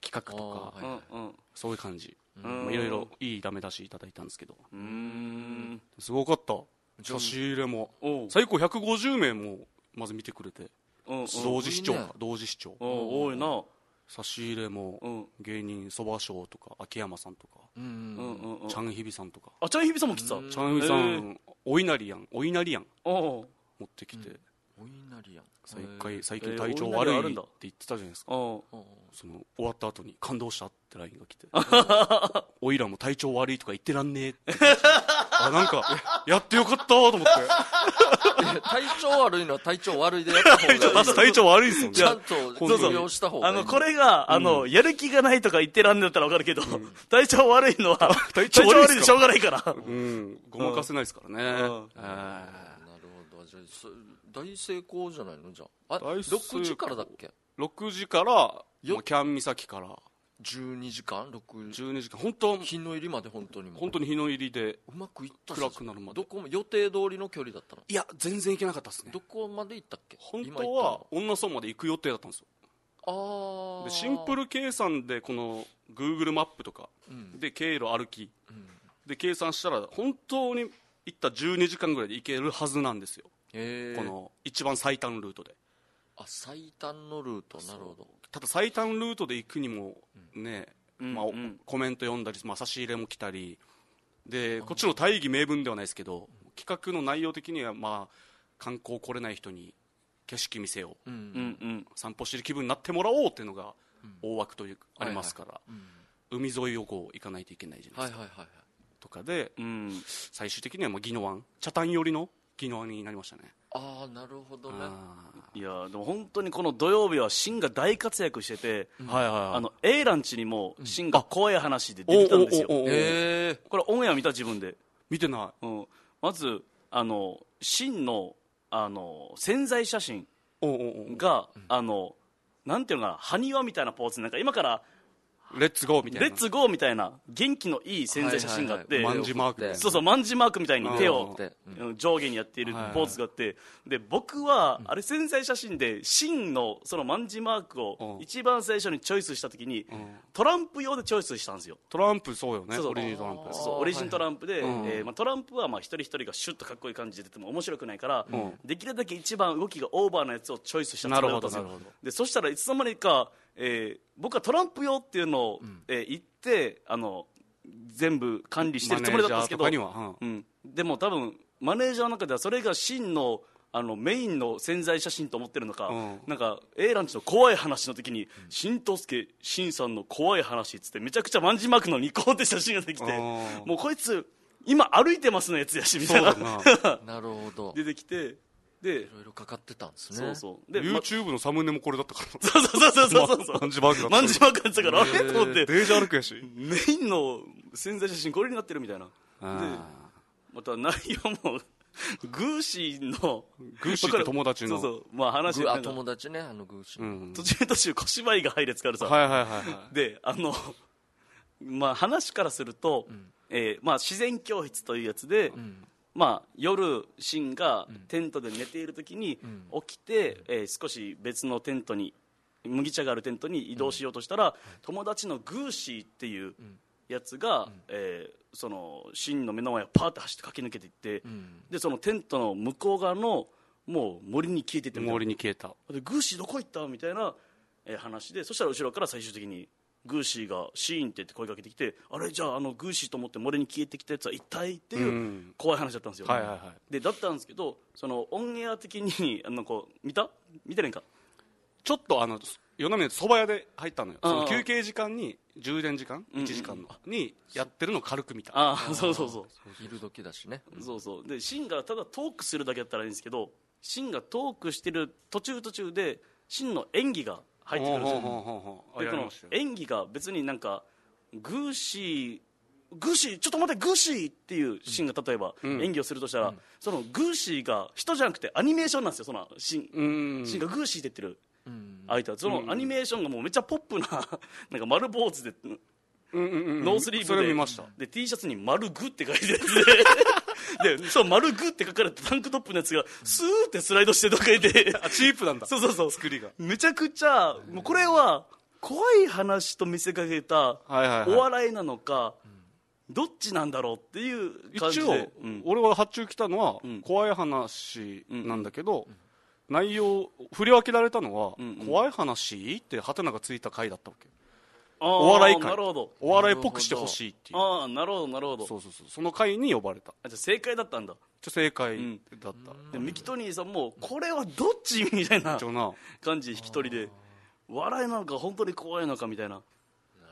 Speaker 1: 企画とか、
Speaker 3: あー
Speaker 2: う
Speaker 3: は
Speaker 2: んうん
Speaker 1: そういう感じ、
Speaker 2: ん
Speaker 1: まあいろいろいいダメ出しいただいたんですけど、
Speaker 2: うーん
Speaker 1: すごかった差し入れも
Speaker 2: おう
Speaker 1: 最高150名もまず見てくれて
Speaker 2: うんうん
Speaker 1: 同時視聴
Speaker 3: 多い
Speaker 1: か
Speaker 3: ね
Speaker 1: 同時視聴
Speaker 2: おう多いな
Speaker 1: 差し入れ
Speaker 2: う
Speaker 1: も
Speaker 2: ん
Speaker 1: 芸人そば賞とか秋山さんとか
Speaker 3: うん
Speaker 2: うんうんうん
Speaker 1: チャンヒビさんとか
Speaker 2: あちゃんひびさんも来てた
Speaker 1: チャンヒビさ
Speaker 2: へー
Speaker 1: んお稲荷やんお稲荷やん
Speaker 2: おう
Speaker 1: 持ってきて
Speaker 3: お稲荷やん
Speaker 1: 最
Speaker 3: へー
Speaker 1: 回最近
Speaker 2: えー
Speaker 1: 体調
Speaker 2: お稲
Speaker 1: 悪
Speaker 2: 荷
Speaker 1: い
Speaker 2: あ
Speaker 1: って
Speaker 2: るんだ
Speaker 1: 言ってたじゃないですか
Speaker 2: おう
Speaker 3: おう
Speaker 1: その終わった後に感動したって LINE が来ておいらも体調悪いとか言ってらんねえって言ってあなんかやってよかったと思って
Speaker 3: いや体調悪いのは体調悪いでやった方がいい
Speaker 1: まず体調悪いですよね
Speaker 3: ちゃんと
Speaker 1: そうそう
Speaker 3: 治療した方が
Speaker 2: あ
Speaker 3: いい
Speaker 2: のこれがあのやる気がないとか言ってらんねんだったらわかるけど体調悪いのは体
Speaker 1: 調
Speaker 2: 調
Speaker 1: 悪いっすか
Speaker 2: 悪いでしょうがないから
Speaker 1: うんごまかせないですからね
Speaker 2: うん
Speaker 1: えー
Speaker 3: あーなるほどじゃあそ大成功じゃないのじゃああ
Speaker 1: 大成功
Speaker 3: 6時からだっけ
Speaker 1: 6時から
Speaker 3: よ
Speaker 1: まあキャン岬から
Speaker 3: 12時間6時
Speaker 1: 12時間本当
Speaker 3: 日の入りまで本当にもう
Speaker 1: 本当に日の入りで
Speaker 3: うまくいった
Speaker 1: 暗くなるまで
Speaker 3: どこも予定通りの距離だったの
Speaker 1: いや全然行けなかったですね
Speaker 3: どこまで行ったっけ
Speaker 1: 本当は女村まで行く予定だったんですよ
Speaker 3: 今行ったのああ
Speaker 1: でシンプル計算でこの Google マップとか
Speaker 3: うん
Speaker 1: で経路歩きで計算したら本当に行った12時間ぐらいで行けるはずなんですよ
Speaker 3: へえ
Speaker 1: この一番最短ルートで
Speaker 3: あ最短のルートなるほど
Speaker 1: ただ最短ルートで行くにもね、
Speaker 2: うん
Speaker 1: まあお
Speaker 2: うん
Speaker 1: コメント読んだり、まあ、差し入れも来たりでこっちの大義名分ではないですけど企画の内容的には、まあ、観光来れない人に景色見せよう
Speaker 3: うん、
Speaker 2: うんうん
Speaker 1: 散歩してる気分になってもらおうっていうのが大枠というかありますから、海沿いをこう行かないといけないじゃないです
Speaker 3: はい
Speaker 1: か、
Speaker 3: はいはいはい
Speaker 1: とかで
Speaker 2: うん
Speaker 1: 最終的にはまあ宜野湾北谷寄りの宜野湾になりましたね
Speaker 3: ああなるほどね
Speaker 1: あ
Speaker 2: いやーでも本当にこの土曜日はシンが大活躍してて、
Speaker 1: ーはいはいはい
Speaker 2: あの A ランチにもシンが怖い話で出てたんですよ、
Speaker 1: おおおおお
Speaker 3: え
Speaker 2: これオンエア見た自分で、
Speaker 1: 見てない
Speaker 2: うん、まずあのシンのあの潜在写真
Speaker 1: おおお
Speaker 2: が、あのなんていうのかな埴輪みたいなポーズなんか今から
Speaker 1: レッツゴーみたいな
Speaker 2: レッツゴーみたいな元気のいい
Speaker 3: え
Speaker 2: 潜在写真があって、
Speaker 1: はいはいはいまんじマークで
Speaker 2: そうそうマンジマークみたいに手を
Speaker 3: 手を
Speaker 2: うん上下にやっているポーズがあって、で僕はあれ潜在写真で真のそのマンジマークを
Speaker 1: うん
Speaker 2: 一番最初にチョイスした時に
Speaker 1: ん
Speaker 2: トランプ用でチョイスしたんですよ
Speaker 1: トランプそうよね
Speaker 2: そうそう
Speaker 1: オリジントランプ
Speaker 3: あー
Speaker 2: そうそうオリジントランプで、
Speaker 1: はいはい
Speaker 2: えーまあ、トランプはまあ一人一人がシュッとかっこいい感じで出ても面白くないから、
Speaker 1: ん
Speaker 2: できるだけ一番動きがオーバーなやつをチョイスしたつもりだったんですよ
Speaker 1: なるほどなるほ
Speaker 2: でそしたらいつの間にか、えー僕はトランプ用っていうのを、えー言ってあの全部管理してるつもりだったんですけど
Speaker 1: マネージャーとかには、
Speaker 2: うん、でも多分マネージャーの中ではそれが真のあのメインの潜在写真と思ってるのか、
Speaker 1: うん
Speaker 2: なんか A ランチの怖い話の時に新藤助新さんの怖い話っつってめちゃくちゃ万字幕のニコって写真ができて
Speaker 1: あー
Speaker 2: もうこいつ今歩いてますのやつやしみたいな
Speaker 1: そうだ
Speaker 3: なるほどい
Speaker 2: 出てきてで
Speaker 3: ろいろかかってたんですね
Speaker 2: そうそうで、ま
Speaker 1: YouTube のサムネもこれだったか
Speaker 2: そうそうそうそうそうそう
Speaker 1: ま万字幕だった
Speaker 2: 万字幕だったからあれと思っ
Speaker 1: ら
Speaker 2: て
Speaker 1: デージャールクやし
Speaker 2: メインの潜在写真これになってるみたいなで
Speaker 1: あ
Speaker 2: また内容もグーシーの
Speaker 1: グーシーって友達の
Speaker 2: そうそうまあ話
Speaker 3: ぐ
Speaker 2: な
Speaker 3: あ
Speaker 2: んか
Speaker 3: 友達ねあのグーシー、
Speaker 1: ーうん
Speaker 2: 途中途中小芝居が入れつかるさ、
Speaker 1: はいはいはいは
Speaker 2: であのまあ話からすると、えーまあ、自然教室というやつで、まあ、夜シンがテントで寝ている時に起きて、えー少し別のテントに麦茶があるテントに移動しようとしたら、友達のグーシーっていうやつが、えーそのシンの目の前をパーッて走って駆け抜けていって、でそのテントの向こう側のもう森に消えていっ
Speaker 1: い
Speaker 2: てみたいな
Speaker 1: 森に消えた
Speaker 2: でグーシーどこ行ったみたいな、えー話でそしたら後ろから最終的にグーシーが「シーン」って言って声かけてきて「あれじゃああのグーシーと思って森に消えてきたやつは一体?」って
Speaker 1: う
Speaker 2: いうん怖い話だったんですよ、
Speaker 1: はいはいは
Speaker 2: でだったんですけどそのオンエア的に *laughs* あのこう見た見てないんか
Speaker 1: ちょっとあの夜なみでそば屋で入ったのよ
Speaker 2: あー
Speaker 1: その休憩時間に充電時間
Speaker 2: ん
Speaker 1: 1時間のにやってるのを軽く見た
Speaker 2: ああそうそうそう
Speaker 3: 昼時だしね
Speaker 2: そうそうでシンがただトークするだけだったらいいんですけどシンがトークしてる途中途中でシンの演技が入ってくるんですよ
Speaker 1: ほうほうほうほうあ
Speaker 2: でこ
Speaker 1: やり
Speaker 2: の
Speaker 1: ましたよ
Speaker 2: 演技が別になんかグーシーグーシーちょっと待ってグーシーっていうシーンが例えば
Speaker 1: ん
Speaker 2: 演技をするとしたら、そのグーシーが人じゃなくてアニメーションなんですよそのシーン、
Speaker 1: うん
Speaker 2: シーンがグーシーって言ってる
Speaker 3: うん
Speaker 2: 相手はそのアニメーションがもうめっちゃポップな *laughs* なんか丸坊主で
Speaker 1: うんうんうん
Speaker 2: ノースリーブ
Speaker 1: そ
Speaker 2: で
Speaker 1: れ見ました
Speaker 2: で T シャツに「丸グ」って書いてるやつ
Speaker 1: *laughs*
Speaker 2: ででそう「丸グ」って書かれたタンクトップのやつがスーってスライドしてどっか
Speaker 1: *laughs*
Speaker 2: いて
Speaker 1: あチープなんだ
Speaker 2: そうそうそう
Speaker 1: 作りが
Speaker 2: めちゃくちゃもうこれは怖い話と見せかけた
Speaker 1: はいはいはい
Speaker 2: お笑いなのかどっちなんだろうっていう感じ
Speaker 1: 一応
Speaker 2: で、うん
Speaker 1: 俺は発注来たのは
Speaker 2: ん
Speaker 1: 怖い話なんだけど、内容振り分けられたのは、
Speaker 2: んうん
Speaker 1: 怖い話ってハテナがついた回だったわけ
Speaker 2: あー
Speaker 1: お笑い回
Speaker 2: なるほど
Speaker 1: お笑いっぽくしてほしいっていう
Speaker 2: ああなるほどなるほど
Speaker 1: そうそうそうその回に呼ばれた
Speaker 2: あじゃあ正解だったんだ
Speaker 1: ちょ正解
Speaker 2: ん
Speaker 1: だった、
Speaker 2: でミキトニーさんもこれはどっちみたいな
Speaker 1: 一応な
Speaker 2: 感じ引き取りで笑いなのか本当に怖いのかみたいな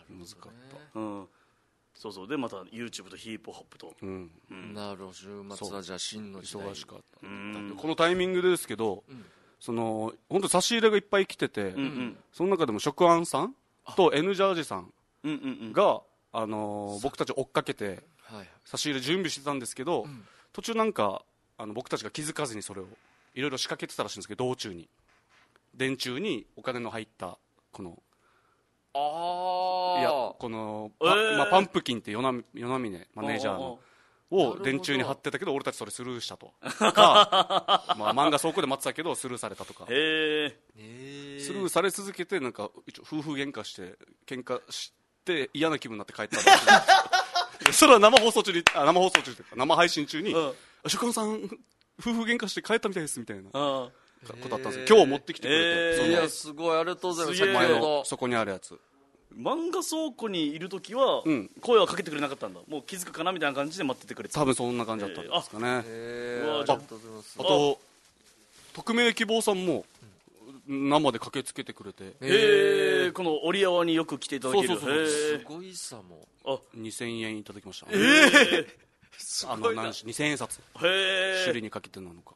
Speaker 1: 難かった、
Speaker 2: うんそうそうでまた YouTube とヒップホップと
Speaker 1: うん、
Speaker 3: なるほど週末はじゃあ真の時代
Speaker 1: 忙しかった、
Speaker 2: ん
Speaker 1: このタイミングでですけど、その本当差し入れがいっぱい来てて、
Speaker 2: ん
Speaker 1: その中でも食安さんと N ジャージさん
Speaker 2: うんうんうん
Speaker 1: が、あのー僕たちを追っかけて
Speaker 3: はい
Speaker 1: 差し入れ準備してたんですけど、途中なんかあの僕たちが気づかずにそれをいろいろ仕掛けてたらしいんですけど道中に電柱にお金の入ったこのいや
Speaker 3: あ
Speaker 1: このパ,、
Speaker 2: えー
Speaker 1: まあ、パンプキンって与那与那峰マネージャーの
Speaker 3: なるほ
Speaker 1: を
Speaker 3: ど
Speaker 1: 電柱に貼ってたけど俺たちそれスルーしたとか、まあ、漫画倉庫で待ってたけどスルーされたとか
Speaker 2: へえ
Speaker 3: あへえ
Speaker 1: スルーされ続けてなんか一応夫婦喧嘩して喧嘩して嫌な気分になって帰ったらしいい
Speaker 2: *laughs*
Speaker 1: やそれは生放送中にあ生放送中というか生配信中に
Speaker 2: うん
Speaker 1: 「あ所管さん夫婦喧嘩して帰ったみたいです」みたいな
Speaker 2: ああ
Speaker 1: ことだったんですけど今日持ってきてくれて、
Speaker 2: へー
Speaker 1: そ
Speaker 3: い
Speaker 1: の
Speaker 3: やすごいありがとうございます
Speaker 2: すげえ
Speaker 3: 先
Speaker 1: 前
Speaker 3: ほ
Speaker 1: の
Speaker 3: ど
Speaker 1: そこにあるやつ
Speaker 2: 漫画倉庫にいる時は
Speaker 1: うん
Speaker 2: 声はかけてくれなかったんだもう気づくかなみたいな感じで待っててくれてた
Speaker 1: 多分そんな感じだったんですかね、
Speaker 3: へ
Speaker 2: うわ
Speaker 3: ーありがとうございます
Speaker 1: あと匿名希望さんも生で駆けつけてくれて
Speaker 2: へえこの折り合わによく来ていただける
Speaker 1: そうそうそう
Speaker 2: へー
Speaker 3: すごいさも
Speaker 1: 2000円いただきました
Speaker 3: す
Speaker 1: あの何し2000円札
Speaker 2: へ
Speaker 1: 修
Speaker 2: え
Speaker 1: 理にかけてなのか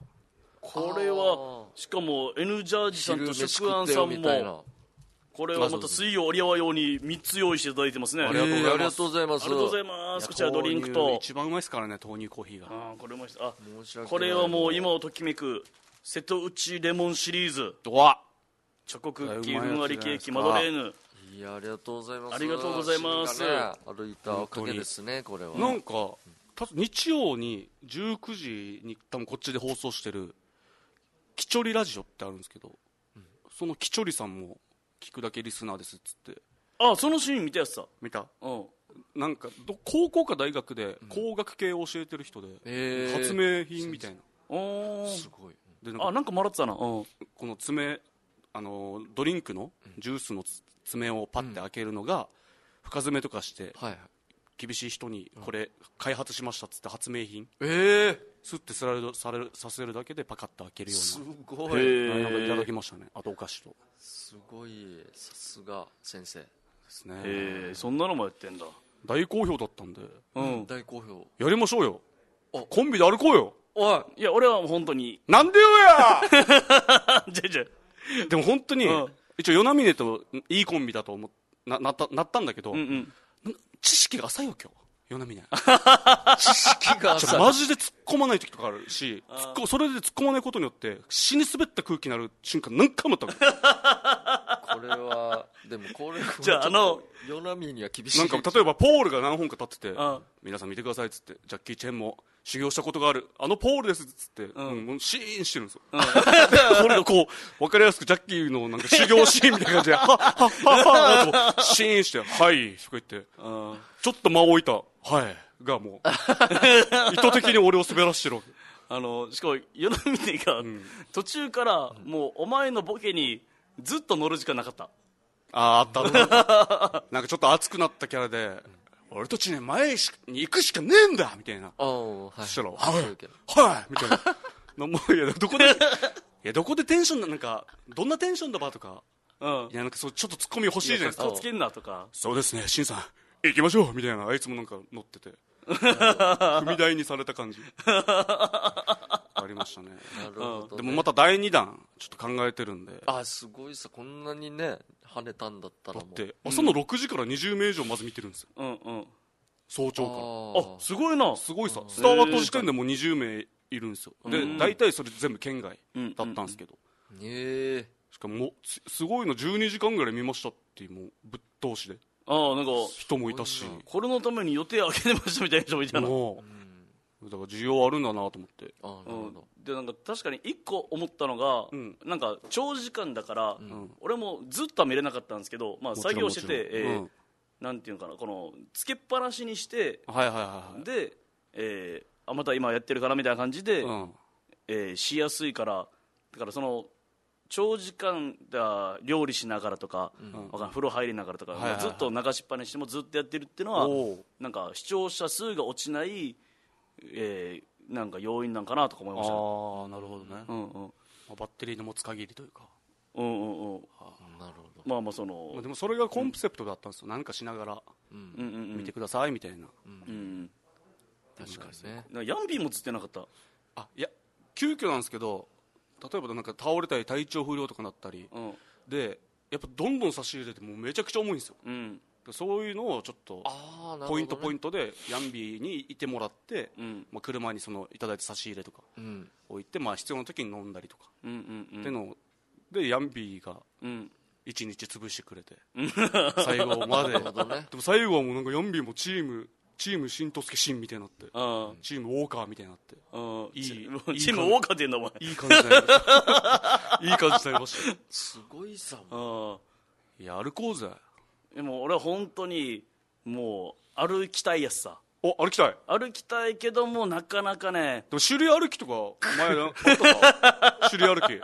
Speaker 2: これはしかも N ジャージさんと
Speaker 3: 昼飯
Speaker 2: シクアン
Speaker 3: 食った
Speaker 2: さ
Speaker 3: よ
Speaker 2: ん
Speaker 3: みたい
Speaker 2: も
Speaker 3: な
Speaker 2: これはまた水曜折り合わ用に3つ用意していただいてますね
Speaker 1: あ
Speaker 2: あ
Speaker 1: り
Speaker 2: り
Speaker 1: が
Speaker 2: が
Speaker 1: とうございます
Speaker 3: えーありがとうございま
Speaker 2: とうございます
Speaker 3: す
Speaker 2: こちらドリンク
Speaker 1: いや豆
Speaker 2: と
Speaker 1: 乳一番うまいですからね豆乳コーヒーが
Speaker 2: あーこれもあ
Speaker 3: 申し訳ない
Speaker 2: これはもう今をときめく瀬戸内レモンシリーズ
Speaker 1: うわ
Speaker 2: チョコクッキ
Speaker 1: う
Speaker 2: ー
Speaker 1: まいやつ
Speaker 2: ふんわりケー
Speaker 1: じ
Speaker 2: キ
Speaker 1: ゃな
Speaker 2: マ
Speaker 1: いですか
Speaker 2: ドレーヌ
Speaker 3: いやありがとうございます
Speaker 2: ありがとうございます
Speaker 3: 趣味がね歩いたおかげですねこれは
Speaker 1: なんかた日曜に19時に多分こっちで放送してる「キチョリラジオ」ってあるんですけど、そのキチョリさんも聞くだけリスナーですっつって
Speaker 2: あそのシーン見たやつさ
Speaker 1: 見た
Speaker 2: うん
Speaker 1: なんかど高校か大学で工学系を教えてる人で、
Speaker 3: えー
Speaker 1: 発明品みたいな
Speaker 2: お
Speaker 3: す
Speaker 2: ー
Speaker 3: ごい
Speaker 1: でなんか
Speaker 2: あなんかもらってたなうん
Speaker 1: この爪あのドリンクのジュースのつ爪をパッて開けるのが、深爪とかして
Speaker 3: はいはい
Speaker 1: 厳しい人にこれ開発しましたっつって発明品
Speaker 3: えー
Speaker 1: スッてスライドされるさせるだけでパカッと開けるよ
Speaker 3: す
Speaker 1: う
Speaker 3: ごい
Speaker 1: ななんかいただ
Speaker 2: へ
Speaker 1: きましたねあとお菓子と
Speaker 3: すごいさすが先生
Speaker 1: ですね
Speaker 2: えそんなのもやってんだ
Speaker 1: 大好評だったんで
Speaker 2: うん
Speaker 3: 大好評
Speaker 1: やりましょうよ
Speaker 3: あ
Speaker 1: コンビで歩こうよ
Speaker 3: おい
Speaker 2: いや俺は本当に
Speaker 1: なんでよ
Speaker 2: あじゃあじゃ
Speaker 1: *laughs*
Speaker 2: あ
Speaker 1: やでも本当に、
Speaker 2: うん
Speaker 1: 一応与那峰といいコンビだと思っななったなったんだけど、
Speaker 2: うんうん
Speaker 1: 知識が浅いよ今日与那峰
Speaker 3: 知識が
Speaker 1: ちょ
Speaker 3: 浅い
Speaker 1: マジで突っ込まない時とかあるし突っ込それで突っ込まないことによって死に滑った空気になる瞬間何回もあったの
Speaker 3: *laughs* これはでもこれは
Speaker 2: じゃああの
Speaker 3: ちょっとヨナミには厳しい
Speaker 1: なんか例えばポールが何本か立ってて
Speaker 2: あ
Speaker 1: 皆さん見てくださいっつってジャッキー・チェンも修行したことがあるあのポールですっつって、
Speaker 2: ん
Speaker 1: うんもうシーンしてるんですよ、それがこう分かりやすくジャッキーのなんか修行シーンみたいな感じではっはっはっはっとシーンして「はい」とか言って
Speaker 2: うん
Speaker 1: ちょっと間を置いた「はい」がもう意図的に俺を滑らしてるわけ
Speaker 2: あのしかも与那峰が途中からもうお前のボケにずっと乗る時間なかった
Speaker 1: あーあったななんかちょっと熱くなったキャラで、俺たちね前しに行くしかねえんだみたいな、
Speaker 3: ああはい
Speaker 1: そしたら「
Speaker 3: 面
Speaker 1: は
Speaker 3: 白いけど
Speaker 1: いはい」みたいな *laughs* なもういやど *laughs* こでいやどこでテンションななんかどんなテンションだばとか
Speaker 2: うん
Speaker 1: いやなんかそうちょっとツッコミ欲しいじゃないです
Speaker 2: かっ
Speaker 1: か
Speaker 2: こつけんなとか
Speaker 1: そうですねしんさん行きましょうみたいなあいつもなんか乗 *laughs* ってて踏み台にされた感 *laughs* じありましたね
Speaker 3: なるほど
Speaker 1: で
Speaker 3: ね
Speaker 1: もまた第2弾ちょっと考えてるんで
Speaker 3: あすごいさこんなにね跳ねたんだったら
Speaker 1: だっ
Speaker 3: もう
Speaker 1: て朝の6時から20名以上まず見てるんですよ
Speaker 2: うんうん
Speaker 1: 早
Speaker 3: あ
Speaker 1: 朝から
Speaker 2: あ
Speaker 3: ー
Speaker 2: すごいな
Speaker 1: すごいさスタート時点でもう20名いるんですよで
Speaker 2: うん
Speaker 1: 大体それ全部県外だったんですけど
Speaker 3: へえ
Speaker 1: しかももうすすごいの12時間ぐらい見ましたっていうもうぶっ通しで
Speaker 2: ああなんか
Speaker 1: 人もいたし
Speaker 3: すごい
Speaker 2: これのために予定開けてましたみたいな人もいたな
Speaker 1: もうだから需要あるんだなと思って
Speaker 3: あなる
Speaker 2: う
Speaker 3: ほ
Speaker 2: ん
Speaker 3: ど、
Speaker 2: でなんか確かに一個思ったのが、
Speaker 1: うん
Speaker 2: なんか長時間だから、
Speaker 1: ん
Speaker 2: 俺もずっとは見れなかったんですけど、まあ、
Speaker 1: もちろん
Speaker 2: 作業して
Speaker 1: も
Speaker 2: て
Speaker 1: ち、ろん
Speaker 2: えー
Speaker 1: うん
Speaker 2: なんていうのかなこのつけっぱなしにして
Speaker 1: はいはいはいはい
Speaker 2: で、えーあまた今やってるからみたいな感じで、
Speaker 1: うん
Speaker 2: えーしやすいからだからその長時間だ料理しながらとか,、わかんない風呂入りながらとか、
Speaker 1: いはいはい
Speaker 2: ずっと流しっぱなしでもずっとやってるっていうのは
Speaker 1: おう
Speaker 2: なんか視聴者数が落ちない、えーなんか要因なんかなとか思い
Speaker 1: あ
Speaker 2: ましたね、
Speaker 1: あなるほどねま
Speaker 2: うんうん
Speaker 1: あバッテリーの持つ限りというか
Speaker 2: うんうんうん
Speaker 3: なるほど
Speaker 2: まあまあそ
Speaker 1: まあ
Speaker 2: の
Speaker 1: でもそれがコンセプトだったんですよなんかしながら
Speaker 2: うんうんうん
Speaker 1: 見てくださいみたいな
Speaker 2: うん
Speaker 3: 確かにね
Speaker 2: なんかヤンビーもつってなかった
Speaker 1: あいや急遽なんですけど例えばなんか倒れたり体調不良とかなったり
Speaker 2: うん
Speaker 1: でやっぱどんどん差し入れてもうめちゃくちゃ重いんですよ
Speaker 2: うん
Speaker 1: そういうのをちょっと
Speaker 3: ああなるほど、ね、
Speaker 1: ポイントポイ
Speaker 3: ン
Speaker 1: ントでヤンビーにいてもらって、
Speaker 2: うん
Speaker 1: まあ、車にそのいただいた差し入れとか
Speaker 3: トうん
Speaker 1: 置いて、まあ、必要な時に飲んだりとか、
Speaker 2: うんうんうん
Speaker 1: ってのをでヤンビーが
Speaker 2: うん
Speaker 1: 1日潰してくれて最後までで
Speaker 3: *laughs* なるほどね
Speaker 1: も最後はもうなんかヤンビーもチームチーム新藤助新みたいになって
Speaker 2: あ
Speaker 1: チームウォーカーみたいになって
Speaker 2: あああ
Speaker 1: いい
Speaker 2: チ
Speaker 1: いい
Speaker 2: チームウォーカーって言うんだお前
Speaker 1: いい感じになりま
Speaker 3: *laughs*
Speaker 1: したいい感じになりまし
Speaker 3: すごいさ
Speaker 2: あ
Speaker 1: たいや歩こうぜ
Speaker 2: あでも俺は本当にもう歩きたいやつさ
Speaker 1: おお歩きたいで
Speaker 2: 歩きたいけどもなかなかね
Speaker 1: も種類歩きとか前なあった
Speaker 3: *laughs*
Speaker 1: さ種類歩き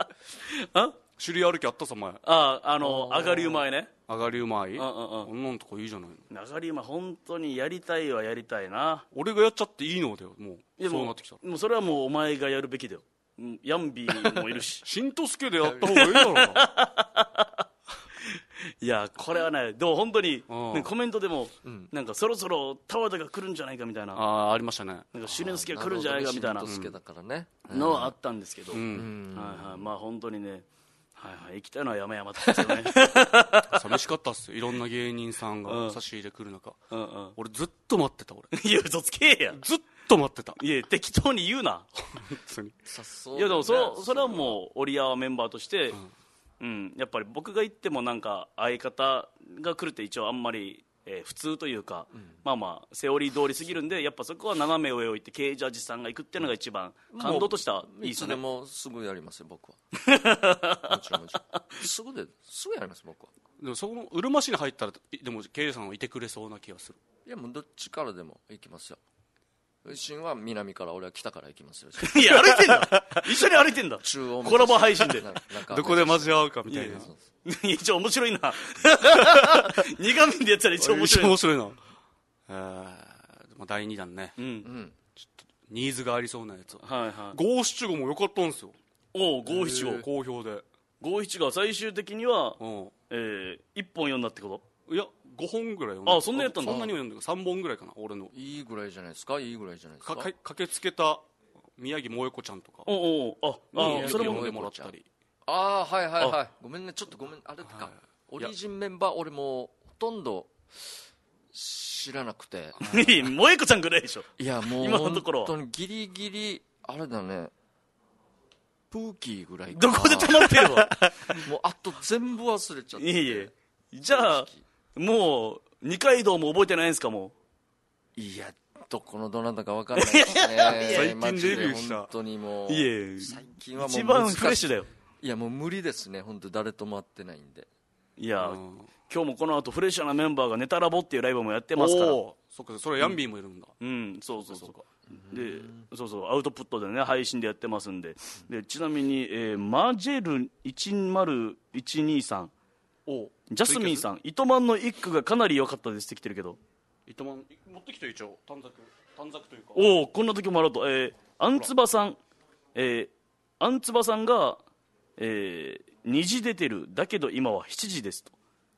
Speaker 2: あ
Speaker 1: 種類歩きあったさ前
Speaker 2: ああの上がりうまいね
Speaker 1: 上がりうまい
Speaker 2: うんうんうん
Speaker 1: こんなんとかいいじゃないの
Speaker 2: 上がりうまい本当にやりたいはやりたいな
Speaker 1: 俺がやっちゃっていいのだよも
Speaker 2: いや
Speaker 1: う
Speaker 2: も
Speaker 1: そうなってきたら
Speaker 2: もうそれはもうお前がやるべきだようんヤンビーもいるし
Speaker 1: しんとすけでやった方がいいだろうな
Speaker 2: いやこれはねでも本当に
Speaker 1: うん
Speaker 2: ねコメントでも、
Speaker 3: ん
Speaker 2: なんかそろそろ田和田が来るんじゃないかみたいな
Speaker 1: あ
Speaker 2: な
Speaker 1: *laughs*
Speaker 2: ん
Speaker 1: あありましたね
Speaker 2: か朱之介が来るんじゃないかみたいな
Speaker 3: るほどねしんとすけだからね。
Speaker 2: のはあったんですけど、
Speaker 1: うん
Speaker 2: はいはい、まあ本当にね、はいはい、行きたいのは山々だったんですよね。
Speaker 1: *laughs* 寂しかったっすよいろんな芸人さん
Speaker 2: うん
Speaker 1: が差し入れ来る中
Speaker 2: うんうん、
Speaker 1: 俺ずっと待ってた俺
Speaker 2: いや、嘘つけや。
Speaker 1: ずっと待ってた
Speaker 2: いや、適当に言うな。
Speaker 1: 本当に
Speaker 3: うん
Speaker 2: いや、でもそれは、それは
Speaker 3: う。
Speaker 2: もう、オリアはメンバーとして、うん、やっぱり僕が行ってもなんか、相方が来るって一応あんまり、えー普通というか、まあまあ、セオリー通りすぎるんで、やっぱそこは斜め上を行って、ケージャージさんが行くっていうのが一番感動としたらいい
Speaker 3: い
Speaker 2: です
Speaker 3: つ
Speaker 2: ね
Speaker 3: で。もすぐやりますよ、僕
Speaker 2: *laughs*
Speaker 3: は。もちろん、もちろん。すぐで、すぐやります、僕は。
Speaker 1: でもそこのうるま市に入ったらいでも経営さんはいてくれそうな気がする
Speaker 3: いや、もうどっちからでも行きますよ。新は南から、俺は北から行きます
Speaker 2: *laughs*
Speaker 3: よ。
Speaker 2: いや、歩いてんだ一緒に歩いてんだ
Speaker 3: 中央
Speaker 2: コラボ配信で。
Speaker 3: ど
Speaker 1: どこで交わうかみたいな
Speaker 3: そうそ
Speaker 2: 一応面白いな *laughs* 苦味でやったら一応面
Speaker 1: 一
Speaker 2: 白
Speaker 1: 番
Speaker 2: い
Speaker 1: 面
Speaker 2: な
Speaker 1: 白いなえーまあ第2弾ね
Speaker 2: うん
Speaker 3: ううん。
Speaker 1: ニーズがありそうなやつ
Speaker 2: はいはい
Speaker 1: 五七五も良かったんですよ
Speaker 2: おう五七五
Speaker 1: 好評で
Speaker 2: 五七五は最終的には
Speaker 1: う
Speaker 2: えー一本読んだってこ
Speaker 1: んいや5本ぐらい読ん
Speaker 2: あそんなやったんだ
Speaker 1: そんなには読んで3本ぐらいかな俺の
Speaker 3: いいぐらいじゃないですか、いいぐらいじゃないです
Speaker 1: か
Speaker 3: か。
Speaker 1: か駆けつけた宮城萌子ちゃんとか
Speaker 2: とおうおうあ
Speaker 1: に
Speaker 2: あ
Speaker 1: よく
Speaker 2: それ
Speaker 1: 読
Speaker 2: も
Speaker 1: んでもらったり
Speaker 3: ああーはいはいはいごめんねちょっとごめんあれか、
Speaker 1: はい
Speaker 3: オリジンメンバー俺もうほとんど知らなくて
Speaker 2: *laughs* いや萌子ちゃんぐらいでしょ
Speaker 3: いやもう
Speaker 2: 今のところは
Speaker 3: 本当にギリギリあれだねプーキーぐらいか
Speaker 2: どこで止まってるわ
Speaker 3: もうあと全部忘れちゃっ
Speaker 2: い
Speaker 3: て
Speaker 2: えいえじゃあ
Speaker 3: 正
Speaker 2: もう二階堂も覚えてないんですかも
Speaker 3: 直いやどこのどなたか分かんないです
Speaker 2: *laughs*
Speaker 3: ね
Speaker 1: 最近
Speaker 3: マジで
Speaker 1: デビューした
Speaker 3: 本当にもう
Speaker 2: ういえ
Speaker 3: 最近はもう
Speaker 2: 一番フレッシュ
Speaker 3: で
Speaker 2: だよ
Speaker 3: いやもう無理ですね本当誰とも会ってないんで
Speaker 2: いや
Speaker 1: うん
Speaker 2: 今日もこの後フレッシュなメンバーがネタラボっていうライブもやってますから
Speaker 1: おおそっかそれヤンビーもいるんだ
Speaker 2: うん、そうそうそうでそうそうアウトプットでね配信でやってますんででちなみに、えーマジェル10123
Speaker 1: お
Speaker 2: ジャスミン
Speaker 1: ん
Speaker 2: さん糸満の一句がかなり良かったですってきてるけど
Speaker 1: 糸満持ってきて一応短冊短冊というか
Speaker 2: おおこんな時もあろうとえーあんつばさんえーあんつばさんがえー虹出てるだけど今は7時ですと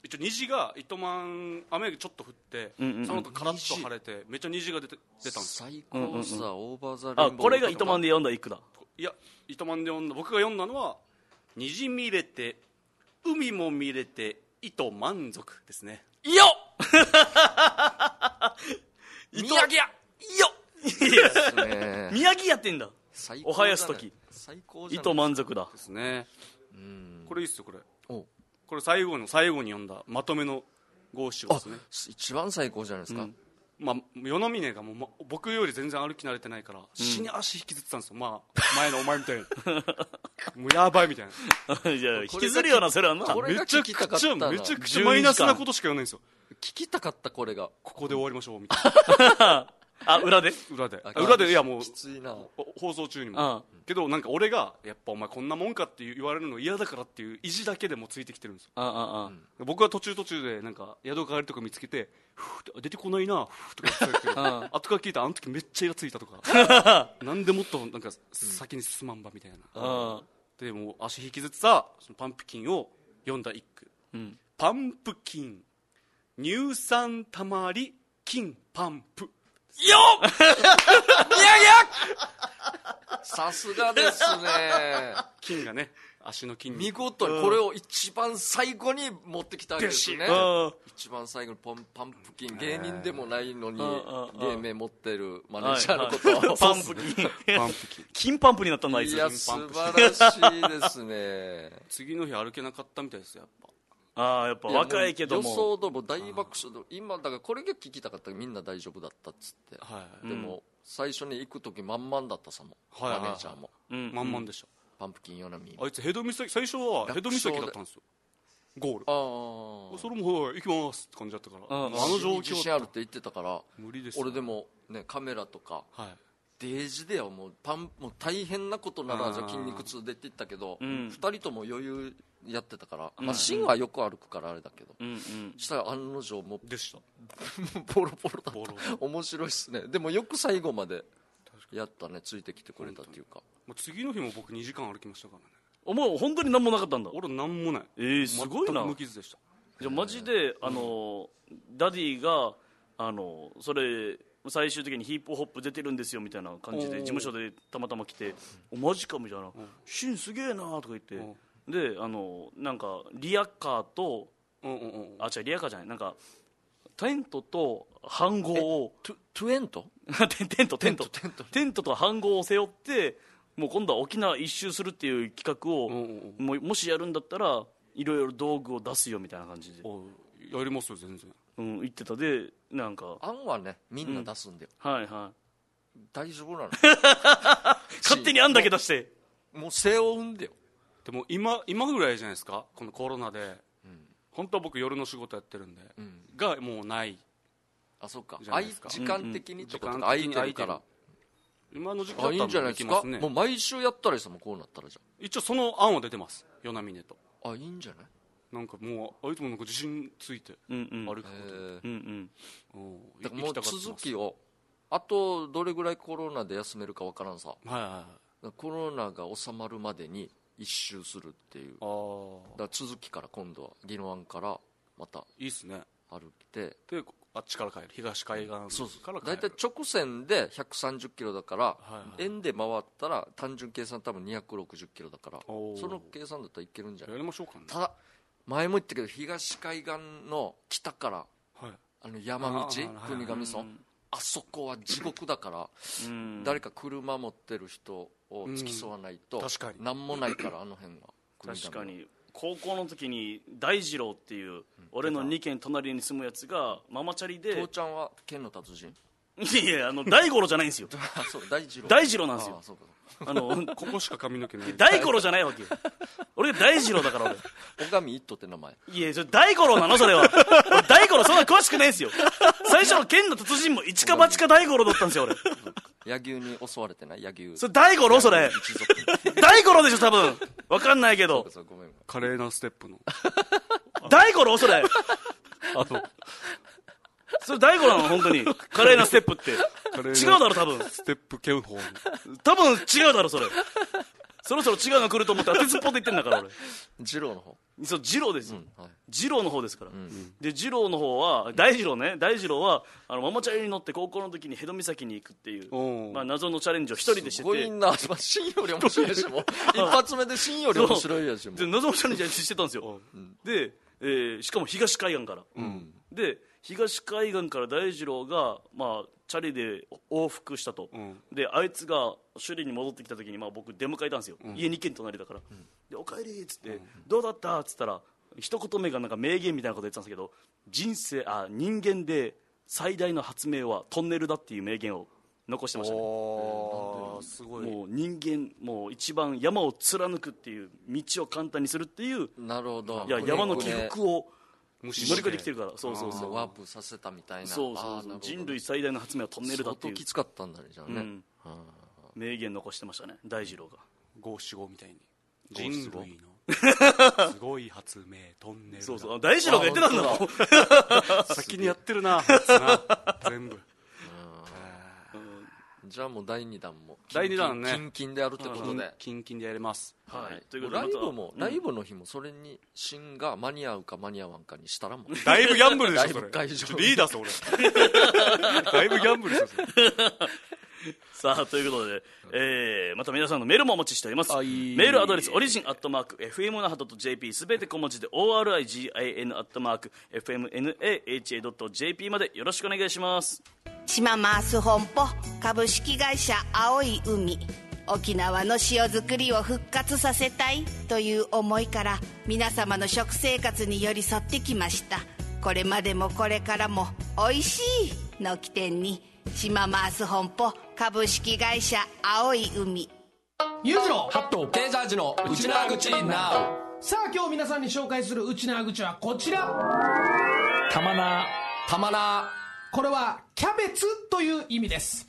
Speaker 1: 一応虹が糸満雨がちょっと降って
Speaker 2: うんうんうん
Speaker 1: その後カラッと晴れてめっちゃ虹が出て出たんです
Speaker 3: 最高さ、オーバーザレインボー
Speaker 2: あこれが糸満
Speaker 3: で
Speaker 2: で読んだ一句だ
Speaker 3: *laughs*
Speaker 1: いや糸満で読んだ僕が読んだのは「虹見れて海も見れて糸満足」ですね
Speaker 3: いや
Speaker 2: *laughs*
Speaker 1: 宮城や
Speaker 3: です *laughs* ね
Speaker 2: 宮城やってんだ
Speaker 3: 最
Speaker 2: おはやす時
Speaker 3: 最高じゃない
Speaker 2: 糸満足だ
Speaker 1: ですねこれいいっすよこれ
Speaker 3: お
Speaker 1: これ最後の最後に読んだまとめの五七五ですね
Speaker 3: 一番最高じゃないですか、
Speaker 1: まあ与那峰がもう、ま、僕より全然歩き慣れてないから、死に足引きずってたんですよまあ前のお前みたいな
Speaker 3: *laughs*
Speaker 1: もうやばいみたいな
Speaker 2: *laughs* いや引きずるよなそれはな
Speaker 3: これ
Speaker 1: め
Speaker 3: が
Speaker 1: ちゃ
Speaker 3: 聞きたか
Speaker 1: く
Speaker 3: っ
Speaker 1: ち
Speaker 3: た
Speaker 1: ゃ
Speaker 3: な
Speaker 1: めちゃくちゃマイナスなことしか言わないんですよ
Speaker 3: 聞きたかったこれが
Speaker 1: ここで終わりましょうみ
Speaker 3: *laughs*
Speaker 1: たいな
Speaker 2: あ裏で
Speaker 1: 裏であ裏でいやもう
Speaker 3: きついな
Speaker 1: お放送中に
Speaker 2: ああ
Speaker 1: もけどなんか俺がやっぱお前こんなもんかって言われるの嫌だからっていう意地だけでもうついてきてるんですよ
Speaker 2: ああああ
Speaker 1: 僕は途中途中でなんか宿帰りとか見つけてふーって出てこないなふーとか言ってたけど
Speaker 2: あ
Speaker 1: 後から聞いたらあの時めっちゃイラついたとかなんでもっとなんか先に進まんばみたいな、
Speaker 2: あ
Speaker 1: でもう足引きずってたそのパンプキンを読んだ一句、
Speaker 2: うん
Speaker 1: パンプキン乳酸たまり金パンプ
Speaker 2: よっ
Speaker 3: さすがです
Speaker 2: *laughs*
Speaker 3: ね
Speaker 1: 金がね足の筋
Speaker 3: 見
Speaker 1: 肉
Speaker 3: 事にこれを一番最後に持ってきたわけですね
Speaker 1: うん
Speaker 3: 一番最後にポンパンプキン芸人でもないのに
Speaker 2: うん
Speaker 3: 芸名持ってるマネージャーのこと
Speaker 2: *laughs*
Speaker 3: を、
Speaker 2: パンプキン
Speaker 1: パンプキン
Speaker 2: 金パンプになったんだあい
Speaker 3: い
Speaker 2: つ
Speaker 3: や
Speaker 1: パン
Speaker 3: 素
Speaker 1: プ
Speaker 3: 晴らしいですね
Speaker 1: 次の日歩けなかったみたいですよやっぱ
Speaker 2: ああやっぱ *laughs* 若いけど
Speaker 3: やもう
Speaker 2: も
Speaker 3: 予想ども大爆笑で今だからこれが聞きたかったみんな大丈夫だったっつって、
Speaker 1: は
Speaker 3: でも最初に行く時満々だったさも、
Speaker 1: はいはいはい
Speaker 3: マネージャーも
Speaker 2: うん
Speaker 1: 満々でし
Speaker 3: パンプキンヨナミ
Speaker 1: たあいつヘド岬最初はヘド岬だったんですよゴール
Speaker 3: ああ
Speaker 1: それもはい行きますって感じだったから
Speaker 2: うん
Speaker 1: あの状
Speaker 3: 自
Speaker 1: 況
Speaker 3: 信あるって言ってたから
Speaker 1: 無理ですよ
Speaker 3: 俺でもねカメラとか
Speaker 1: はい
Speaker 3: デージではもうパンもう大変なことな
Speaker 1: あ
Speaker 3: ら
Speaker 1: ー
Speaker 3: じゃあ筋肉痛でって言ったけど、
Speaker 2: う
Speaker 3: 二
Speaker 2: ん
Speaker 3: 2人とも余裕やってたから、
Speaker 2: うん
Speaker 3: まあ、芯はよく歩くからあれだけど、
Speaker 2: うんうん
Speaker 3: したら案の定も
Speaker 1: でした
Speaker 3: うボロボロだ
Speaker 1: ボロ
Speaker 3: 面白いっすねでもよく最後までやったねついてきてくれたっていうか
Speaker 1: もう次の日も僕2時間歩きましたからね
Speaker 2: あもう本当に何もなかったんだ
Speaker 1: 俺なんもない
Speaker 2: えー、すごい
Speaker 1: 全
Speaker 2: な
Speaker 1: く無傷でした
Speaker 2: じゃあマジであの、ダディがあのそれ最終的にヒップホップ出てるんですよみたいな感じ
Speaker 1: おー
Speaker 2: で事務所でたまたま来て「おマジか」みたいな「シンすげえな」とか言ってであのなんかリアカーと
Speaker 1: うんうんうん
Speaker 2: あ違うリアカーじゃないなんかテントと飯盒を
Speaker 3: トゥトゥエント
Speaker 2: テ *laughs* ンテントテント
Speaker 3: テント
Speaker 2: テントと飯盒を背負ってもう今度は沖縄一周するっていう企画を、
Speaker 1: うんうん
Speaker 2: もうもしやるんだったらいろいろ道具を出すよみたいな感じで、
Speaker 1: うんあやりますよ全然
Speaker 2: うん、言ってたでなんか
Speaker 3: 案はねみんな出すんだよ、
Speaker 2: はいはい
Speaker 3: 大丈夫なの *laughs*
Speaker 2: 勝手にあんだけ出して
Speaker 3: もう背負うんだよ
Speaker 1: でも今今ぐらいじゃないですかこのコロナで本当は僕夜の仕事やってるんで
Speaker 3: うん
Speaker 1: がもうない
Speaker 3: あそうか
Speaker 1: じゃない
Speaker 3: あい
Speaker 1: ですか
Speaker 3: 時間的にとか
Speaker 1: うんうん
Speaker 3: とか空いてるか
Speaker 1: 時間
Speaker 3: ら
Speaker 1: 今の時期だ
Speaker 3: あ
Speaker 1: っ
Speaker 3: いいんじ
Speaker 1: た
Speaker 3: ゃな
Speaker 1: ら
Speaker 3: い
Speaker 1: でき
Speaker 3: です
Speaker 1: ま
Speaker 3: か
Speaker 1: すね
Speaker 3: もう毎週やったらいいですもんこうなったらじ
Speaker 1: 一応その案は出てます与那峰と
Speaker 3: ゃあいいんじゃない
Speaker 1: なんかもうあいつもなんか自信ついて
Speaker 2: うんうん
Speaker 1: 歩くこ
Speaker 3: え
Speaker 1: と
Speaker 3: ー
Speaker 2: うんうん
Speaker 1: うん
Speaker 3: だからも
Speaker 1: 行き
Speaker 3: う
Speaker 1: たがって
Speaker 3: 続
Speaker 1: ます
Speaker 3: きをあとどれぐらいコロナで休めるかわからんさだか
Speaker 1: はいはいはい
Speaker 3: らコロナが収まるまでに一周するっていうだか
Speaker 1: ああ
Speaker 3: ら続きから今度は宜野湾からまた
Speaker 1: いいっすね
Speaker 3: 歩いて
Speaker 1: であっちから帰る東海
Speaker 3: そう
Speaker 1: 岸から帰
Speaker 3: 大
Speaker 1: る
Speaker 3: 体直線で130キロだから
Speaker 1: はいはい
Speaker 3: 円で回ったら単純計算多分260キロだから
Speaker 1: おー
Speaker 3: その計算だったらいけるんじゃな
Speaker 1: や
Speaker 3: い
Speaker 1: りましょうかね
Speaker 3: ただ前も言ったけど東海岸の北から
Speaker 1: はい
Speaker 3: あの山道
Speaker 1: あーはい
Speaker 3: 国頭
Speaker 2: う
Speaker 3: 村
Speaker 2: ん
Speaker 3: あそこは地獄だから
Speaker 2: うん
Speaker 3: 誰か車持ってる人を付き添わない
Speaker 1: う
Speaker 3: と、
Speaker 1: ん確かに
Speaker 3: 何もないからあの辺は
Speaker 2: 確かに高校の時に大二郎っていう俺の2軒隣に住むやつがママチャリで
Speaker 3: 父ちゃんは剣の達人
Speaker 2: いやいやあの大五郎じゃないんですよ
Speaker 3: あ *laughs* そう大二郎
Speaker 2: 大二郎なんですよ
Speaker 3: あそうかそう
Speaker 2: あの
Speaker 1: ここしか髪の毛ない
Speaker 2: 大五郎じゃないわけよ俺が大二郎だから俺
Speaker 3: か小神一斗って名前
Speaker 2: いや、それ大五郎なのそれは。俺大五郎そんな詳しくないですよ。最初の剣の達人も一か八か大五郎だったんですよ、俺。
Speaker 3: 柳生に襲われてない柳生
Speaker 2: それ大五郎それ。
Speaker 3: 一族
Speaker 2: 大五郎でしょ、多分。わかんないけ
Speaker 3: ご
Speaker 2: ど
Speaker 3: めん。そうごめん
Speaker 1: 華麗なステップの
Speaker 2: 大五郎それ。
Speaker 1: あと
Speaker 2: それ大五郎なの、本当
Speaker 3: *laughs*
Speaker 2: に。華麗なステップって。
Speaker 1: 華麗な
Speaker 2: 違うだろ、多分。
Speaker 1: ステップ拳法の
Speaker 2: 多分違うだろ、それ。そろそろ違うの来ると思ったら、鉄っぽって言ってんだから、
Speaker 3: 二郎の方
Speaker 2: 俺。そう、二郎です
Speaker 3: う
Speaker 2: よ
Speaker 3: ん。はい
Speaker 2: 二郎の方ですから、
Speaker 3: ん
Speaker 2: で二郎の方は大二郎ね大二郎はあのママチャリに乗って高校の時にヘド岬に行くってい
Speaker 1: お
Speaker 2: う、
Speaker 1: う
Speaker 2: まあ、謎のチャレンジを一人でして
Speaker 3: す
Speaker 2: て
Speaker 3: ごいな、まあ、芯より面白いしもう一発目で芯より面白いやしも
Speaker 2: で
Speaker 3: う
Speaker 2: 謎のチャレンジをしてたんですよ、で、えーしかも東海岸から、で東海岸から大二郎が、まあ、チャリで往復したと、
Speaker 1: ん
Speaker 2: であいつが首里に戻ってきた時に、まあ、僕出迎えたんですよ、家2軒隣だから、で「おかえり」っつって、どうだった?」っつったら一言目がなんか名言みたいなこと言ってたんですけど人生あ人間で最大の発明はトンネルだっていう名言を残してましたね
Speaker 1: おーすごい
Speaker 2: もう人間もう一番山を貫くっていう道を簡単にするっていう
Speaker 3: なるほど
Speaker 2: いや
Speaker 3: これ
Speaker 2: 山の起
Speaker 3: これ
Speaker 2: 伏を
Speaker 1: 無視して
Speaker 2: 乗り越えてきてるからそうそうそう
Speaker 3: ワープさせたみたいな
Speaker 2: そう
Speaker 3: あ
Speaker 2: そう
Speaker 3: ーなる
Speaker 2: そう
Speaker 3: ほど
Speaker 2: 人類最大の発明はトンネルだってい
Speaker 3: 相
Speaker 2: う
Speaker 3: 当きつかったんだねじゃあ
Speaker 2: う
Speaker 3: ね、
Speaker 2: ん名言残してましたね大二郎が
Speaker 1: 五七五みたいに人
Speaker 3: 五七
Speaker 1: 類
Speaker 3: 五
Speaker 1: の *laughs* すごい発明トンネルだ
Speaker 2: そうそうあ大二郎が言ってたんだもん
Speaker 1: 先にやってるなあいつな全部
Speaker 3: じゃあもう第二弾も
Speaker 1: 第二弾ね
Speaker 3: キンキンであるってことで
Speaker 1: キンキンでやれます
Speaker 2: はいという
Speaker 3: も
Speaker 2: こ
Speaker 3: う
Speaker 2: とで
Speaker 3: ライブ
Speaker 2: ま
Speaker 3: も
Speaker 2: た
Speaker 3: ライブの日もそれに芯が間に合うか間に合わんかにしたらもう
Speaker 1: *laughs* だいぶギャンブルでしょそれ
Speaker 3: だいぶ会場
Speaker 1: リーダーっす俺だいぶギャンブルですよそれ
Speaker 2: *laughs* さあということで、えーまた皆さんのメールもお待ちしております
Speaker 1: あいい
Speaker 2: メールアドレスオリジンアットマーク FMNAHA.jp すべて小文字で ORIGIN アットマーク FMNAHA.jp までよろしくお願いします
Speaker 4: 島マース本舗株式会社青い海沖縄の塩作りを復活させたいという思いから皆様の食生活に寄り添ってきましたこれまでもこれからも「おいしい」の起点に島マース本舗株式会社青い海
Speaker 5: ゆずのハットケージャージの内縄口 NOW さあ今日皆さんに紹介するうちなーぐちはこちら
Speaker 6: たまな
Speaker 3: たまら
Speaker 5: これはキャベツという意味です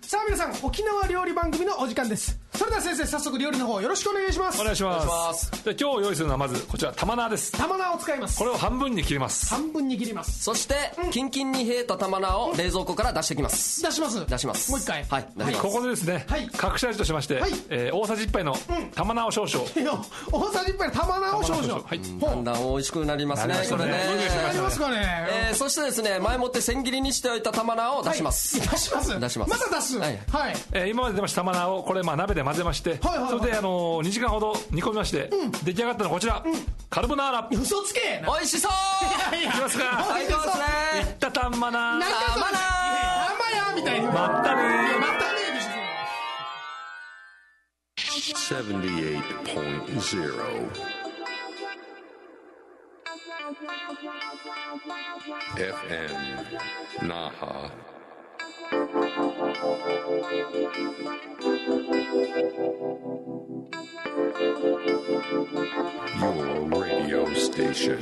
Speaker 5: さあ皆さん沖縄料理番組のお時間ですそれでは先生早速料理の方よろしくお願いします
Speaker 6: お願いします
Speaker 3: お願いします
Speaker 6: で今日用意するのはまずこちら玉菜です
Speaker 5: 玉菜を使います
Speaker 6: これを半分に切ります
Speaker 5: 半分に切ります
Speaker 7: そして、キンキンに冷えた玉菜を冷蔵庫から出してきます。
Speaker 5: 出します
Speaker 7: 出します。
Speaker 5: もう一回
Speaker 7: はい、出します。
Speaker 6: ここでですね、
Speaker 5: はい
Speaker 6: 隠し味としまして、
Speaker 5: はい
Speaker 6: えー大さじ1杯の玉菜を少々、
Speaker 5: いや大さじ一杯の玉菜を少々
Speaker 6: はい
Speaker 7: だんだん美味しくなりますね、
Speaker 6: なりました
Speaker 7: こ
Speaker 6: ね
Speaker 7: れね。
Speaker 5: ありますか
Speaker 7: え
Speaker 5: ね
Speaker 7: ーそしてですね、前もって千切りにしておいた玉菜を出します。
Speaker 5: はい出します
Speaker 7: 出します
Speaker 5: また出す
Speaker 7: はい
Speaker 5: はい
Speaker 6: えー今まで出ました玉菜をこれまあ鍋で混ぜまして、
Speaker 5: はいはいはい
Speaker 6: それであのー2時間ほど煮込みまして、出来上がったのはこちら、カルボナーラい
Speaker 5: 嘘つけ
Speaker 7: 美味しそう
Speaker 6: きますか
Speaker 7: 最高ですね
Speaker 6: ったたんまな
Speaker 5: なんかそれ
Speaker 7: 玉菜
Speaker 5: 生やみたいな
Speaker 6: まったねー
Speaker 5: またねえでしょそれ
Speaker 8: 78.0 FM Naha. Your radio station.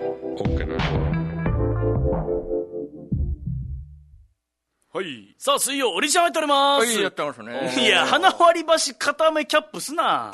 Speaker 8: Okinawa.
Speaker 1: はい
Speaker 2: さあ、水曜、おりしゃまっております。
Speaker 3: はいやってますね
Speaker 2: いや、花割り箸固めキャップすな。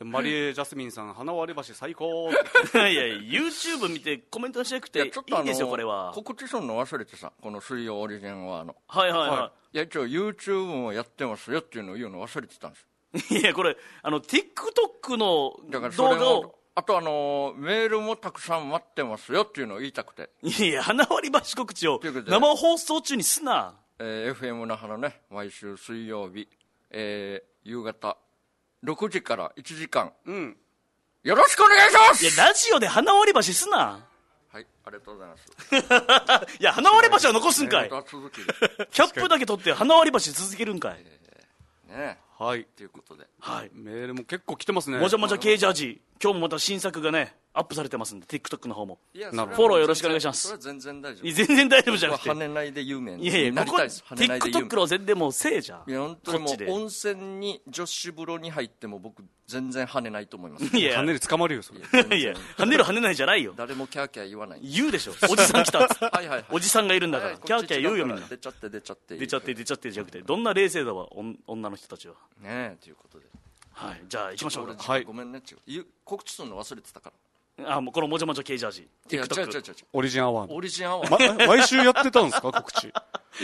Speaker 1: マリエ・ジャスミンさん花割り箸最高
Speaker 2: いやいや、YouTube 見てコメントしなくていいですよ、これは。
Speaker 3: 告知するの忘れてさこの水曜オリジンはあの
Speaker 2: はいはい
Speaker 1: はい
Speaker 2: はい
Speaker 3: や一応 YouTube もやってますよっていうのを言うの忘れてたんです
Speaker 2: い。いや、これ、あの、TikTok の
Speaker 3: だからそ
Speaker 2: 動
Speaker 3: れ
Speaker 2: 画を
Speaker 3: を、あとあのメールもたくさん待ってますよっていうのを言いたくて、
Speaker 2: いやいや、花割り箸告知を
Speaker 3: ということで
Speaker 2: 生放送中にすな。
Speaker 3: えー FM 那覇のね毎週水曜日、えー夕方6時から1時間、
Speaker 1: ん
Speaker 3: よろしくお願いしま
Speaker 2: いや、
Speaker 3: す
Speaker 2: ラジオで花割り箸すな。
Speaker 3: はいありがとうございます
Speaker 2: いや、花割り箸は残すんかい
Speaker 3: 仕事。は続きで
Speaker 2: キャップだけ取って花割り箸続けるんかい。
Speaker 3: ね
Speaker 1: はい
Speaker 3: ということで
Speaker 2: はい。
Speaker 1: メールも結構来てますね
Speaker 2: もじゃもじゃ系ジャージ。今日もまた新作がね、アップされてますんで、TikTok の方も。
Speaker 3: いや
Speaker 1: なるほど
Speaker 3: それは
Speaker 2: フォローよろしくお願いします
Speaker 3: それは全然大丈夫
Speaker 2: いや全然大丈夫じゃなくて
Speaker 3: 僕は。跳ねないで有名
Speaker 2: いやい
Speaker 3: にな
Speaker 2: や、
Speaker 3: り
Speaker 2: ここ、
Speaker 3: たいです跳ねないで有名
Speaker 2: TikTok の全然もうせいじゃん。
Speaker 3: いや本当に
Speaker 2: こっちで
Speaker 3: もう温泉に女子風呂に入っても僕全然跳ねないと思います
Speaker 2: いや
Speaker 1: 跳ねる捕まるよそれ
Speaker 3: 全
Speaker 2: *laughs*
Speaker 3: 然
Speaker 2: いや、跳ねる跳ねないじゃないよ。
Speaker 3: 誰もキャーキャー言わない
Speaker 2: 言うでし
Speaker 3: *laughs*
Speaker 2: ょ。おじさん来たっつって
Speaker 3: はいはいはい
Speaker 2: おじさんがいるんだから。
Speaker 3: はい
Speaker 2: キャーキャー言うよみんな。
Speaker 3: 出ちゃって出ちゃって
Speaker 2: 出ちゃって出ちゃってじゃなくて、どんな冷静だわ、おん女の人たちは。
Speaker 3: ねえということで
Speaker 2: はい。じゃあ行きましょう
Speaker 3: 俺
Speaker 2: か。
Speaker 1: はい
Speaker 3: ごめんねちょ言う告知するの忘れてたか
Speaker 2: あ、もうこのもじゃもじゃ系ジャージ。
Speaker 3: らいや違う違う違う
Speaker 2: TikTok。
Speaker 1: オリジンアワー
Speaker 3: オリジンアワー、
Speaker 1: ま、毎週やってたんですか *laughs* 告知
Speaker 3: い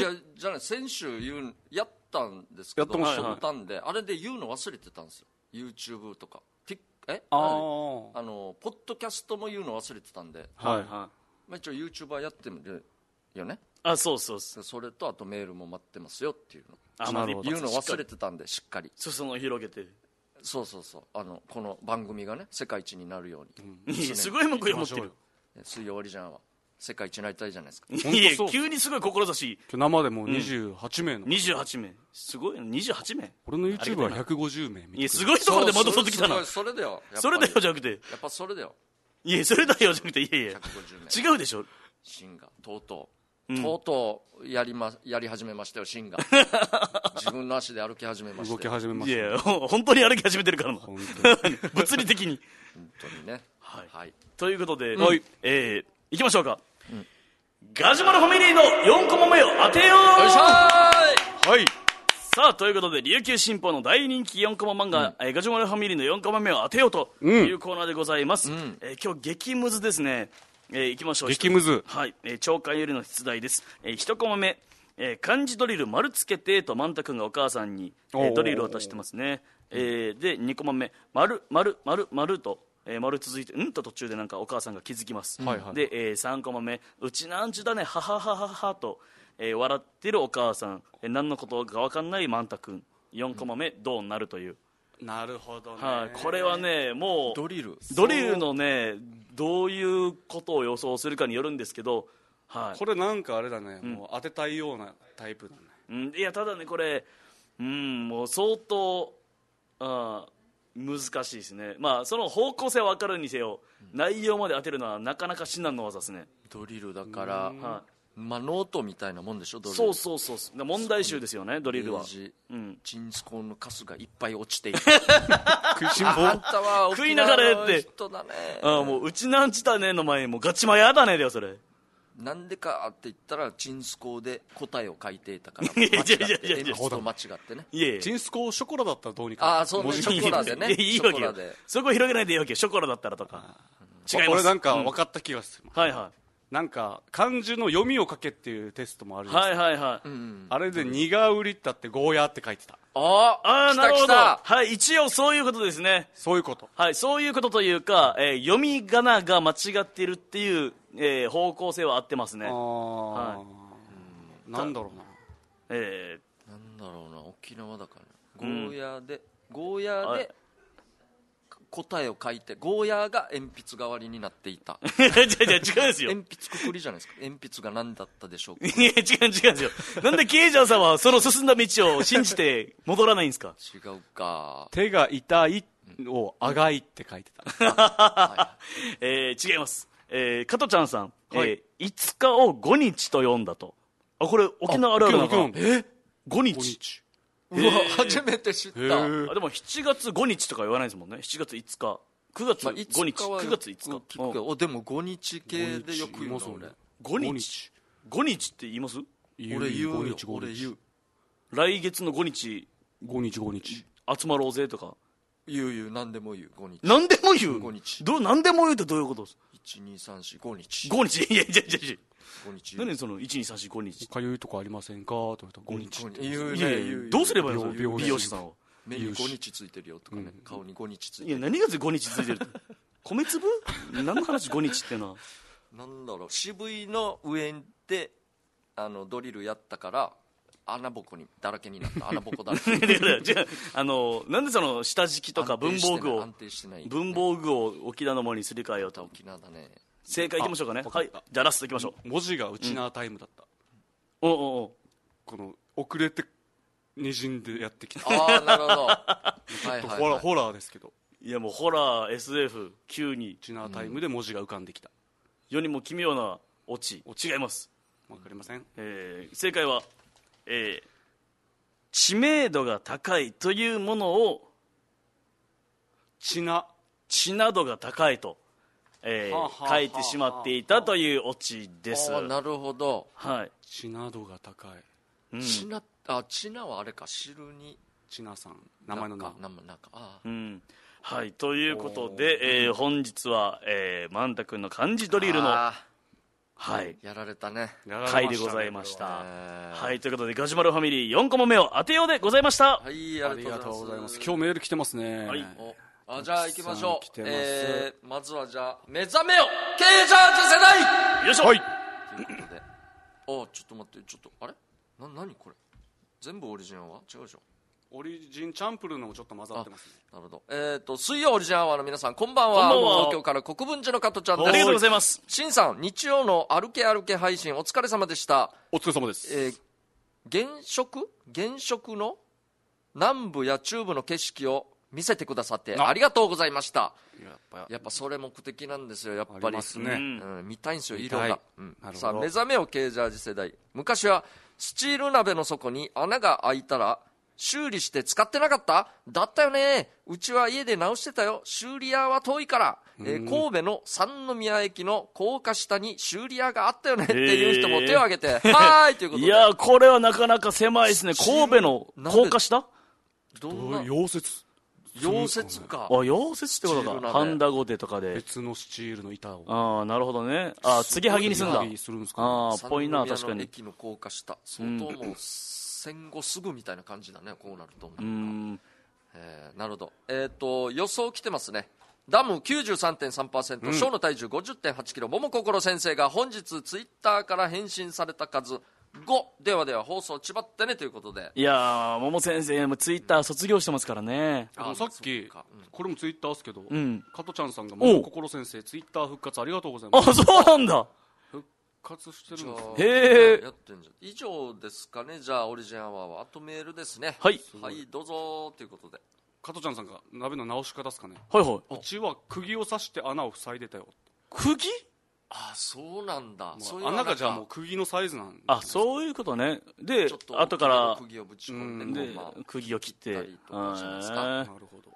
Speaker 3: やじゃない先週言うやったんですけ
Speaker 1: やって
Speaker 3: ど
Speaker 1: ま
Speaker 2: した
Speaker 3: やったんであれで言うの忘れてたんですよ YouTube とかティッえあのポッドキャストも言うの忘れてたんで、
Speaker 1: はい
Speaker 2: はい。
Speaker 3: まあ、一応 YouTuber やってるよね
Speaker 2: あ、そうそうそう。
Speaker 3: でそれとあとメールも待ってますよっていうの
Speaker 2: あ、
Speaker 1: な
Speaker 2: ま
Speaker 1: るほど
Speaker 3: 言うの忘れ
Speaker 2: て。
Speaker 3: てたんでしっかり
Speaker 2: 裾野を広げて。
Speaker 3: そうそうそうあのこの番組がね世界一になるように、
Speaker 2: いやすごい文句を持ってる。
Speaker 3: 水曜りじゃんは世界一になりたいじゃないですか
Speaker 2: いや、急にすごい志。
Speaker 1: 今日生でもう28名の、
Speaker 2: 28名。すごいな、28名。
Speaker 1: 俺の YouTube は150名見
Speaker 2: い
Speaker 1: て
Speaker 2: や、
Speaker 1: く
Speaker 2: すごいところで窓取ってきた
Speaker 3: そう
Speaker 2: な。
Speaker 3: そうそれだよやっぱり
Speaker 2: それだよじゃなくて。
Speaker 3: やっぱそれだよ
Speaker 2: いや、それだよじゃなくて、いやいや。
Speaker 3: 150名
Speaker 2: 違うでしょ。
Speaker 3: シンガとうとう、
Speaker 2: ん
Speaker 3: とうとうやり,、ま、やり始めましたよシンガ
Speaker 2: *laughs*
Speaker 3: 自分の足で歩き始めま
Speaker 1: る
Speaker 3: し
Speaker 1: 動
Speaker 3: た
Speaker 1: き
Speaker 3: よ
Speaker 1: 始めま
Speaker 2: い
Speaker 1: した、
Speaker 2: やいや、ほん本当に歩き始めてるからな。
Speaker 1: 本当に
Speaker 2: *laughs* 物理的に。
Speaker 3: 本当にね
Speaker 2: はい
Speaker 3: はい、
Speaker 2: ということで、
Speaker 1: はい
Speaker 2: えー、行きましょうか。ガジュマルファミリーの4コマ目を当てよう
Speaker 3: よいしょ
Speaker 1: はい
Speaker 2: さあ、ということで、琉球新報の大人気4コマ漫画、えーガジュマルファミリーの4コマ目を当てようというコーナーでございます。えー今日、激ムズですね。えー行きましょう。
Speaker 1: 激ムズ
Speaker 2: はい、えー、長官よりの出題です。えー、1コマ目、えー漢字ドリル丸つけてとマンタ君がお母さんに、えー
Speaker 1: おー
Speaker 2: ドリルを渡してますね。えーで、2コマ目、丸、丸、丸、丸と。えー丸続いてうんと途中でなんかお母さんが気づきます、
Speaker 1: はいはい
Speaker 2: で、え3コマ目「うちなんちゅだねははははは」と、えー笑ってるお母さん、えー何のことか分かんないマンタ君4コマ目、どうなるという、
Speaker 1: なるほどね
Speaker 2: はい、これはねもう
Speaker 3: ドリル
Speaker 2: ドリルのねどういうことを予想するかによるんですけど、はい
Speaker 1: これなんかあれだね、もう当てたいようなタイプだね
Speaker 2: うん、いやただねこれうんもう相当あー難しいですねまあその方向性は分かるにせよ、内容まで当てるのはなかなか至難の技ですね、
Speaker 3: ドリルだから
Speaker 2: は
Speaker 3: まあノートみたいなもんでしょドリル
Speaker 2: そうそうそうそう問題集ですよねドリルは
Speaker 3: ページ
Speaker 2: うん
Speaker 3: チンスコンのカスがいっぱい落
Speaker 2: *laughs*
Speaker 3: ちている
Speaker 1: 食いしん坊
Speaker 3: あんたは
Speaker 2: 食いながらやって
Speaker 3: 沖縄の人だね
Speaker 2: ああもううちなんちだねの前にもうガチマヤだねだよそれ
Speaker 3: なんでかって言ったらチンスコで答えを書いていたから
Speaker 2: いやいやいやいや
Speaker 3: 間違って鉛筆と間違ってね
Speaker 2: いえい
Speaker 1: チンスコーショコラだったらどうにか
Speaker 3: ああそうね
Speaker 2: *laughs*
Speaker 3: ショコラでね
Speaker 2: いやいいわけよ
Speaker 3: ショコラで
Speaker 2: そこ広げないでいいわけよショコラだったらとか違います
Speaker 1: 俺なんか
Speaker 2: う
Speaker 1: 分かった気がする、
Speaker 2: はいは
Speaker 1: なんか漢字の読みを書けっていうテストもある
Speaker 2: い
Speaker 1: じゃない
Speaker 2: は
Speaker 1: で
Speaker 2: いはいはい、
Speaker 1: すか、あれで「にがうりった」って「ゴーヤー」って書いてた
Speaker 3: あ
Speaker 2: ああなるほ
Speaker 3: 来た
Speaker 2: ど
Speaker 3: 来
Speaker 2: はい一応そういうことですね
Speaker 1: そういうこと
Speaker 2: はいそういうことというか、えー読み仮名が間違ってるっていう、えー方向性は合ってますね
Speaker 1: あ、あ、
Speaker 2: はい
Speaker 1: なんだろうな
Speaker 2: え
Speaker 3: たなんだろうな沖縄だからゴーヤーで、ゴーヤー
Speaker 2: はい
Speaker 3: で答えを書いてゴーヤーが鉛筆代わりになっていた
Speaker 2: ー、いやい *laughs* やいや違うんですよ
Speaker 3: 鉛筆くくりじゃないですか鉛筆が何だったでしょうか
Speaker 2: いや、違う違うんですよ。なんでケイジャーさんはその進んだ道を信じて戻らないんですか
Speaker 3: 違うか
Speaker 1: 手が痛いを「あがい」って書いてた
Speaker 2: えー、違います。えー、加トちゃんさん、
Speaker 1: はい
Speaker 2: えー、5日を5日と読んだと。あ、これ沖縄あるあるなのか
Speaker 1: 今日の
Speaker 2: 5
Speaker 1: 今
Speaker 2: 日。
Speaker 1: 日
Speaker 3: うわ初めて知った、
Speaker 1: へー
Speaker 2: あ、でも7月5日とか言わないですもんね。7月5日。9月
Speaker 3: まあ
Speaker 2: 5日。
Speaker 3: は
Speaker 2: 9月5日
Speaker 3: よく聞くけどおでも5日系でよく言うの
Speaker 1: 五日
Speaker 3: 俺
Speaker 2: 5日
Speaker 1: 五日
Speaker 2: 5日って言います
Speaker 3: 俺言う
Speaker 1: 五
Speaker 3: よ
Speaker 1: 日五
Speaker 3: 俺言
Speaker 1: 日
Speaker 3: う
Speaker 2: 来月の5日
Speaker 1: 五日五日
Speaker 2: 集まろうぜとか。
Speaker 3: 言う言う何でも言う5日
Speaker 2: 何でも言う
Speaker 3: 五日
Speaker 2: どう、何でも言うってどういうことです
Speaker 3: 12345日
Speaker 2: ?5 日いやいやいやいや
Speaker 3: 5日
Speaker 2: 何その、1、2、3、4、5日。
Speaker 1: かゆいとこありませんかと言うと五日
Speaker 3: 五日言うね
Speaker 2: いや
Speaker 3: 言
Speaker 2: いうや
Speaker 3: 言う
Speaker 2: どうすればいいの
Speaker 1: 美容
Speaker 2: 美容師さんを
Speaker 3: 目に5日ついてるよとかね顔に5日つい
Speaker 2: い
Speaker 3: て
Speaker 2: や
Speaker 3: る
Speaker 2: 何が5日ついてるって米粒何の話5日ってな
Speaker 3: なんだろう渋いの上であのドリルやったから穴ぼこにだらけになった穴ぼこだらけ
Speaker 2: *laughs* だからじゃああのなんでその下敷きとか文房具を
Speaker 3: 安定してない安定してない
Speaker 2: 文房具を沖縄のものにすり替えようと
Speaker 3: 沖縄だね
Speaker 2: 正解いきましょうかね
Speaker 1: あわか
Speaker 2: は
Speaker 1: っ
Speaker 2: い
Speaker 1: た
Speaker 2: じゃあラストいきましょう
Speaker 1: 文字がウチナータイムだった、
Speaker 2: おうおうおう
Speaker 1: この遅れてにじんでやってきた
Speaker 3: ああなるほどはいはい、
Speaker 1: ホラ
Speaker 3: は
Speaker 1: ーホラーですけどウ
Speaker 2: いやもうホラー SF9 に
Speaker 1: チナータイムで文字が浮かんできた
Speaker 2: 世にも奇妙なオチ違います、
Speaker 1: わかりません
Speaker 2: えー正解は、えー知名度が高いというものを
Speaker 1: チナ
Speaker 2: 知などが高いと、えー
Speaker 1: はあはあはあ
Speaker 2: 書いてしまっていたというオチで
Speaker 3: い
Speaker 2: す。
Speaker 3: ああなるほど
Speaker 2: はい。
Speaker 1: チナ度が高い
Speaker 2: うん
Speaker 3: チナあチナはあれか汁に
Speaker 1: チナさん名前の名
Speaker 3: なんかなんかなんかああ
Speaker 2: うんはい、ということで、えー本日は、えー、万太君の漢字ドリルの、は
Speaker 3: あ
Speaker 2: い、
Speaker 3: ーやられたね
Speaker 1: やられましたね
Speaker 2: 回でございました。
Speaker 3: えー
Speaker 2: はい、ということで、ガジュマルファミリー4個も目を当てようでございました。
Speaker 3: はい
Speaker 1: あ
Speaker 3: あ
Speaker 1: り
Speaker 3: り
Speaker 1: が
Speaker 3: が
Speaker 1: と
Speaker 3: と
Speaker 1: う
Speaker 3: う
Speaker 1: ござ
Speaker 3: ござ
Speaker 1: い
Speaker 3: い
Speaker 1: ま
Speaker 3: ますす
Speaker 1: 今日メール来てますね、
Speaker 2: はい
Speaker 3: おあじゃあ行きましょ
Speaker 1: たくさん来て
Speaker 3: う
Speaker 1: ます
Speaker 3: えー、まずはじゃあ目覚めよ経営者世
Speaker 2: よいしょ、
Speaker 3: 代ということでおちょっと待ってちょっとあれな何これ全部オリジナルは違うでしょ
Speaker 1: オリジンチャンプルーのもちょっと混ざってますね
Speaker 3: なるほどえっ、ー、と水曜オリジナルアワーの皆さんこんばん
Speaker 2: こん
Speaker 3: は
Speaker 2: ばんは
Speaker 3: 東京から国分寺の加トちゃんです
Speaker 2: ありがとうございます。
Speaker 3: しんさん日曜の歩け歩け配信お疲れ様でした
Speaker 1: お疲れ様です、
Speaker 3: えー現職現職の南部や中部の景色を見せてくださってありがとうございました
Speaker 1: やっぱ
Speaker 3: やっぱそれ目的なんですよやっ
Speaker 1: あ
Speaker 3: ぱ
Speaker 1: り
Speaker 3: り
Speaker 1: ますね、
Speaker 3: うん、見たいんですよ
Speaker 1: 見
Speaker 3: 色
Speaker 1: たい
Speaker 3: が、うん
Speaker 1: なるほど
Speaker 3: さあ目覚めよケージャージ世代昔はスチール鍋の底に穴が開いたら修理して使ってなかっただったよねうちは家で直してたよ修理屋は遠いから、えー神戸の三宮駅の高架下に修理屋があったよねっていう人も手を挙げて、はーいということ
Speaker 2: い
Speaker 3: で
Speaker 2: やー、これはなかなか狭いですね。神戸の
Speaker 3: なんで
Speaker 2: 高架下あ、
Speaker 3: どん
Speaker 1: どう
Speaker 3: な
Speaker 1: いう溶接
Speaker 3: 溶接か
Speaker 2: 溶接ってこ
Speaker 3: スチ
Speaker 2: と
Speaker 3: ール
Speaker 2: か。
Speaker 3: 鍋
Speaker 2: ハンダゴテとかで。
Speaker 1: 別のスチールの板を
Speaker 2: ああ、なるほどね。あー、継ぎはぎにすんだ。
Speaker 1: 継
Speaker 2: あ
Speaker 1: ぎはぎするんですかね
Speaker 2: あー、
Speaker 3: 三
Speaker 2: ぽいな、
Speaker 3: 宮
Speaker 2: 確か
Speaker 3: の
Speaker 2: に。
Speaker 3: 駅の高架下相当もう戦後すぐみたいな感じだねこうなると
Speaker 2: うーん。
Speaker 3: えーなるほど、えー、と予想来てますねダム93.3%、ショーの体重50.8キロ、桃心先生が本日ツイッターから返信された数5、ではでは放送ちばってねということで、
Speaker 2: いやー、桃先生もツイッター卒業してますからね。
Speaker 1: でもさっき
Speaker 3: そっかうん
Speaker 1: これもツイッターですけど、
Speaker 2: ん
Speaker 1: 加トちゃんさんが「
Speaker 2: おう
Speaker 1: 心先生ツイッター復活ありがとうございま
Speaker 2: あ
Speaker 1: す、
Speaker 2: そうなんだ。
Speaker 1: 復活してる
Speaker 3: じゃ
Speaker 1: んですね
Speaker 3: あ
Speaker 2: へー
Speaker 3: やってんじゃん以上ですかね、じゃあ、オリジンアワーは、あとメールですね、
Speaker 2: はい
Speaker 3: はい、どうぞということで、
Speaker 1: 加トちゃんさんが鍋の直し方ですかね
Speaker 2: はいは
Speaker 1: うちは釘を刺して穴を塞いでたよ
Speaker 2: い。釘
Speaker 3: あそうなんだそういう
Speaker 1: 穴がじゃあ
Speaker 3: なん
Speaker 1: もう
Speaker 3: か
Speaker 1: 釘のサイズなん
Speaker 2: あそういうことねで
Speaker 3: ちょっと
Speaker 2: 後から
Speaker 3: 釘をぶち込んで
Speaker 1: うん
Speaker 2: で
Speaker 3: こうまあ
Speaker 2: 釘を切って
Speaker 3: 切ったりとかしますか
Speaker 1: な
Speaker 2: は
Speaker 1: る
Speaker 2: い
Speaker 1: ほど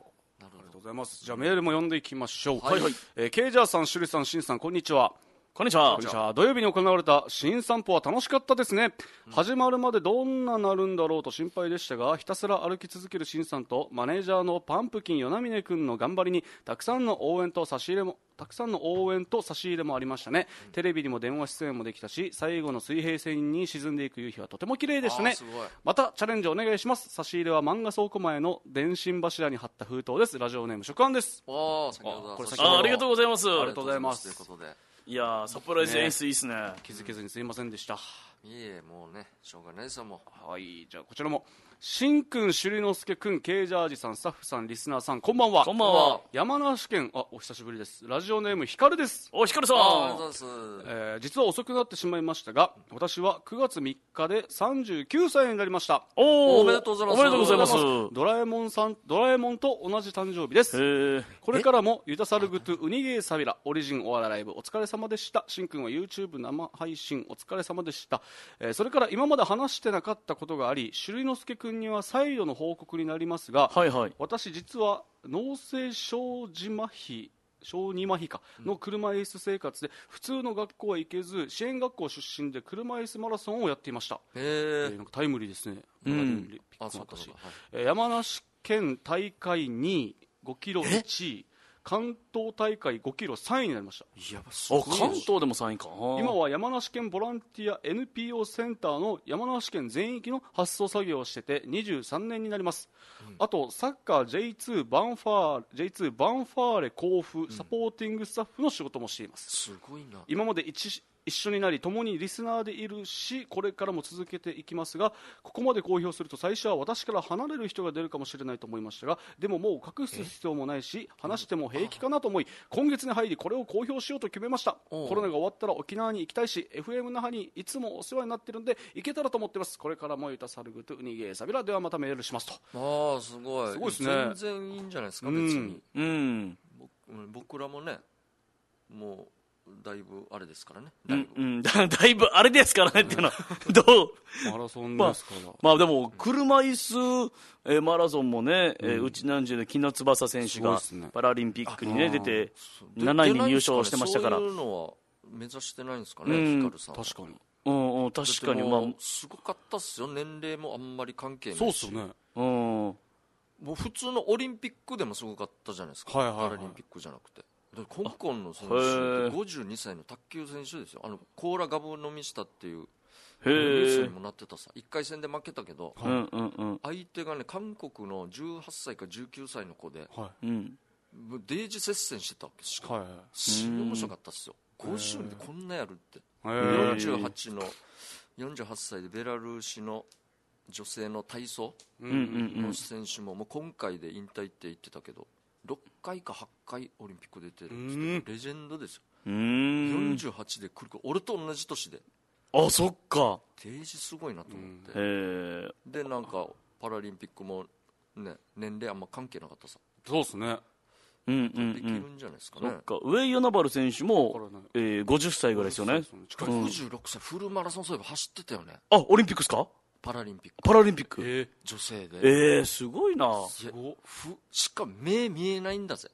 Speaker 1: ありが
Speaker 3: なるほ
Speaker 1: とう
Speaker 3: ど
Speaker 1: ございますじゃあメールも読んでいきましょう
Speaker 3: はいはい
Speaker 1: えーケイジャーさんシュリさんシンさんこんにちは
Speaker 2: こんにちは
Speaker 1: こんにちは土曜日に行われた新散歩は楽しかったですね、始まるまでどんななるんだろうと心配でしたがひたすら歩き続ける新さんとマネージャーのパンプキン与那峰君の頑張りにたくさんの応援と差し入れもたくさんの応援と差し入れもありましたね、テレビにも電話出演もできたし最後の水平線に沈んでいく夕日はとても綺麗でした
Speaker 3: あー
Speaker 1: ね
Speaker 3: すごい
Speaker 1: またチャレンジお願いします差し入れは漫画倉庫前の電信柱に貼った封筒ですラジオネーム食案です
Speaker 3: ああ先ほど
Speaker 1: あこれ先ほど
Speaker 2: あありがとうございます
Speaker 1: ありがとうございます
Speaker 3: ということで
Speaker 2: いやーサプライズ演出いいっすね
Speaker 1: 気づけずにすいませんでした、
Speaker 3: いいえもうねしょうがないですよもう
Speaker 1: はい、じゃあこちらも。しんくん、しゅりのすけくん、ケイジャージさん、スタッフさん、リスナーさん、こんばんは。
Speaker 2: こんばんは
Speaker 1: 山梨県、あ、お久しぶりです。ラジオネーム、ひかるです。
Speaker 2: おひかるさん
Speaker 3: ありがとうございます
Speaker 1: えー実は遅くなってしまいましたが、私は9月3日で39歳になりました。
Speaker 2: おー
Speaker 3: おめでとうございます
Speaker 2: おめでとうございます
Speaker 1: ドラえもんさん、ドラえもんと同じ誕生日です。
Speaker 2: へえ
Speaker 1: これからも、ユタサルグトゥウニゲーサビラ、オリジンオアラライブ、お疲れ様でした。しんくんは YouTube 生配信、お疲れ様でした。えーそれから今まで話してなかったことがあり、しゅりのすけくんには再度の報告になりますが、
Speaker 2: はいはい
Speaker 1: 私実は脳性小児麻痺小児麻痺かの車椅子生活で普通の学校へ行けず支援学校出身で車椅子マラソンをやっていました、え
Speaker 3: へ
Speaker 1: ーなんかタイムリーですね、
Speaker 2: ん
Speaker 1: なんかオリンピッ
Speaker 3: あ
Speaker 1: ク
Speaker 3: そ
Speaker 1: もあ
Speaker 3: う
Speaker 1: っ
Speaker 3: か
Speaker 1: たし
Speaker 3: そうかはい
Speaker 1: えー山梨県大会2位5キロ1位関東大会5キロ3位になりました
Speaker 2: お関東でも3位か
Speaker 1: 今は山梨県ボランティア NPO センターの山梨県全域の発送作業をしてて23年になります、あとサッカー J2 バンファーレ J2 バンファーレ甲府、サポーティングスタッフの仕事もしています
Speaker 3: すごいな
Speaker 1: 今まで一一緒になり共にリスナーでいるしこれからも続けていきますがここまで公表すると最初は私から離れる人が出るかもしれないと思いましたがでももう隠す必要もないし話しても平気かなと思い今月に入りこれを公表しようと決めました
Speaker 3: おう
Speaker 1: コロナが終わったら沖縄に行きたいし FM 那覇にいつもお世話になってるんで行けたらと思ってますこれからもゆたさるぐとうにげーさびらではまたメールしますと
Speaker 3: ああすごい
Speaker 1: すごいっすね
Speaker 3: 全然いいんじゃないですか
Speaker 1: う
Speaker 3: 別
Speaker 1: ん
Speaker 3: に
Speaker 2: うん
Speaker 3: うん僕らもねもうだいぶあれですからね
Speaker 2: う
Speaker 3: だい
Speaker 2: ん
Speaker 3: ぶ
Speaker 2: うん、だ *laughs* だいぶあれですからねっていうのは、どう、
Speaker 1: マラソン
Speaker 2: ま
Speaker 1: で
Speaker 2: あ
Speaker 1: すから、、
Speaker 2: まあでも、車椅子、えーマラソンもね、えーうちなんじゅうの木の翼選手
Speaker 1: すごいっ
Speaker 2: が
Speaker 1: すね
Speaker 2: パラリンピックにね、
Speaker 1: あ
Speaker 2: 出て、
Speaker 3: で
Speaker 2: 7位
Speaker 3: 出
Speaker 2: に
Speaker 3: ないん
Speaker 2: 入
Speaker 3: ですね
Speaker 2: 賞してましたから、
Speaker 3: そうういうのは目指してないんですかねヒカルさんは
Speaker 1: 確かに
Speaker 2: んうん、確かに、
Speaker 3: だって
Speaker 2: まあ、
Speaker 3: もうすごかったっすよ年齢もあんまり関係ないし
Speaker 1: そうっすよね
Speaker 2: うん、うん
Speaker 3: もう普通のオリンピックでもすごかったじゃないですか、
Speaker 1: はいはいはい
Speaker 3: パラリンピックじゃなくて。で香港の選手
Speaker 2: あへー
Speaker 3: 52歳の卓球選手ですよ、あのコーラガブ飲みしたっていう
Speaker 2: へ
Speaker 3: ニュース
Speaker 2: え
Speaker 3: に、もなってたさ、1回戦で負けたけど、
Speaker 2: うんうんうん、
Speaker 3: 相手がね、韓国の18歳か19歳の子で、
Speaker 1: は
Speaker 2: うん、
Speaker 3: もうデイジ接戦してたわけし
Speaker 1: い
Speaker 3: かも、
Speaker 1: はい
Speaker 3: すごい面白かったっすよ、52でこんなやるって、
Speaker 1: えー
Speaker 3: 48の、48歳でベラルーシの女性の体操。
Speaker 1: うん
Speaker 2: うんうんうん
Speaker 3: の、選手ももう今回で引退って言ってたけど6回か8回オリンピック出てるんですけど
Speaker 1: うん
Speaker 3: レジェンドですよ、
Speaker 2: うん、
Speaker 3: 48で来るか俺と同じ年で
Speaker 2: あ、そっか、
Speaker 3: 定時すごいなと思って、
Speaker 2: へえ、
Speaker 3: でなんかパラリンピックも、ね、年齢あんま関係なかったさ
Speaker 1: そうっすね
Speaker 2: うんうんう
Speaker 3: できる
Speaker 2: ん、
Speaker 3: んじゃないですか
Speaker 2: そ
Speaker 3: ね、
Speaker 2: っか、上与那原選手
Speaker 1: わから
Speaker 2: も
Speaker 1: ない、
Speaker 2: えー、50歳ぐらいですよね
Speaker 1: そう、っ
Speaker 3: こ
Speaker 1: 近
Speaker 3: れ
Speaker 1: い
Speaker 3: 66歳フルマラソンそういえば走ってたよね
Speaker 2: あ、オリンピックですか
Speaker 3: パラリンピック
Speaker 2: パラリンピック、
Speaker 1: え
Speaker 3: 女性で
Speaker 2: ええー、すごいな。
Speaker 3: いやふしかも目見えないんだぜ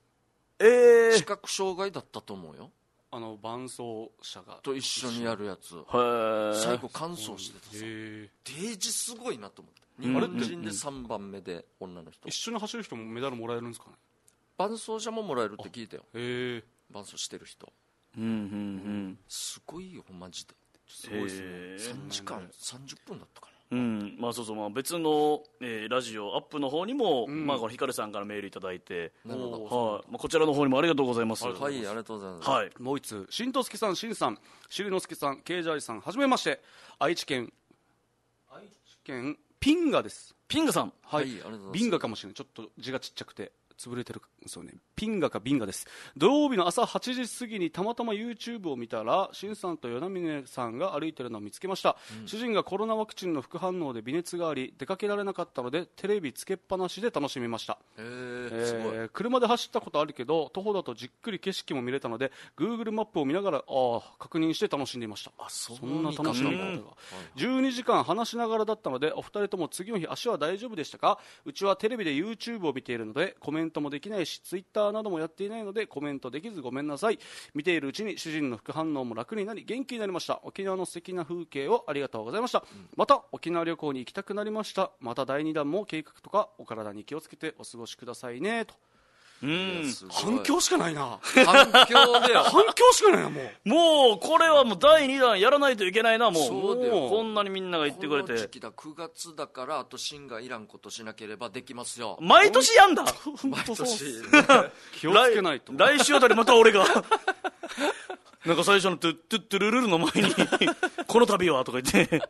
Speaker 2: ええ
Speaker 3: 視覚障害だったと思うよ
Speaker 1: あの伴奏者が
Speaker 3: と一緒にやるやつ
Speaker 2: へ
Speaker 3: 最
Speaker 2: え
Speaker 3: 後完走してたさ
Speaker 1: へえ
Speaker 3: デージすごいなと思って
Speaker 2: ん
Speaker 3: 日本人で3番目で女の人
Speaker 1: 一緒に走る人もメダルもらえるんですかね
Speaker 3: 伴走者ももらえるって聞いたよ
Speaker 1: へえ
Speaker 3: 伴走してる人
Speaker 2: うんうんうん
Speaker 3: すごいよマジです
Speaker 1: ごいですね
Speaker 2: へー
Speaker 3: 3時間30分だったか
Speaker 2: うんまあそうそう、まあ、別の、えーラジオアップの方にも、まあ、このヒカルさんからメールいただいて、
Speaker 3: なるほど
Speaker 2: はいまあ、こちらの方にもありがとうございます
Speaker 3: なはいありがとうございます
Speaker 2: はい
Speaker 1: もう一通しんとすけさんしんさんしりのすけさんけいじゃいさんはじめまして愛知県愛知県ピンガです
Speaker 2: ピングさん
Speaker 1: は
Speaker 3: はいありがとうございます
Speaker 1: ビンガかもしれないちょっと字がちっちゃくて潰れてるかそうねピンガかビンガです土曜日の朝8時過ぎにたまたま YouTube を見たらしんさんと与那嶺さんが歩いてるのを見つけました、主人がコロナワクチンの副反応で微熱があり出かけられなかったのでテレビつけっぱなしで楽しみましたえー車で走ったことあるけど徒歩だとじっくり景色も見れたので Google マップを見ながらあー確認して楽しんでいましたそんな楽しみ方が12時間話しながらだったのでお二人とも次の日足は大丈夫でしたかうちはテレビで YouTube を見ているのでコメントもできないし Twitter などもやっていないのでコメントできずごめんなさい見ているうちに主人の副反応も楽になり元気になりました沖縄の素敵な風景をありがとうございました、また沖縄旅行に行きたくなりましたまた第2弾も計画とかお体に気をつけてお過ごしくださいねと
Speaker 2: うん
Speaker 3: すごい
Speaker 1: 反響しかないな
Speaker 3: 反響だよ
Speaker 1: 反響しかないなもう
Speaker 2: もうこれはもう第2弾やらないといけないなもう
Speaker 3: そうだよ
Speaker 2: もうこんなにみんなが言ってくれ
Speaker 3: この時
Speaker 2: て
Speaker 3: 期だ9月だからあと芯がいらんことしなければできますよ
Speaker 2: 毎年やんだ
Speaker 3: 毎
Speaker 1: *laughs*
Speaker 3: 年
Speaker 1: 気をつけないと
Speaker 2: 来来週あたりまた
Speaker 3: *laughs*
Speaker 2: 俺がなんか最初のトゥットゥットゥルルルの前
Speaker 3: *laughs*
Speaker 2: にこの旅はとか言って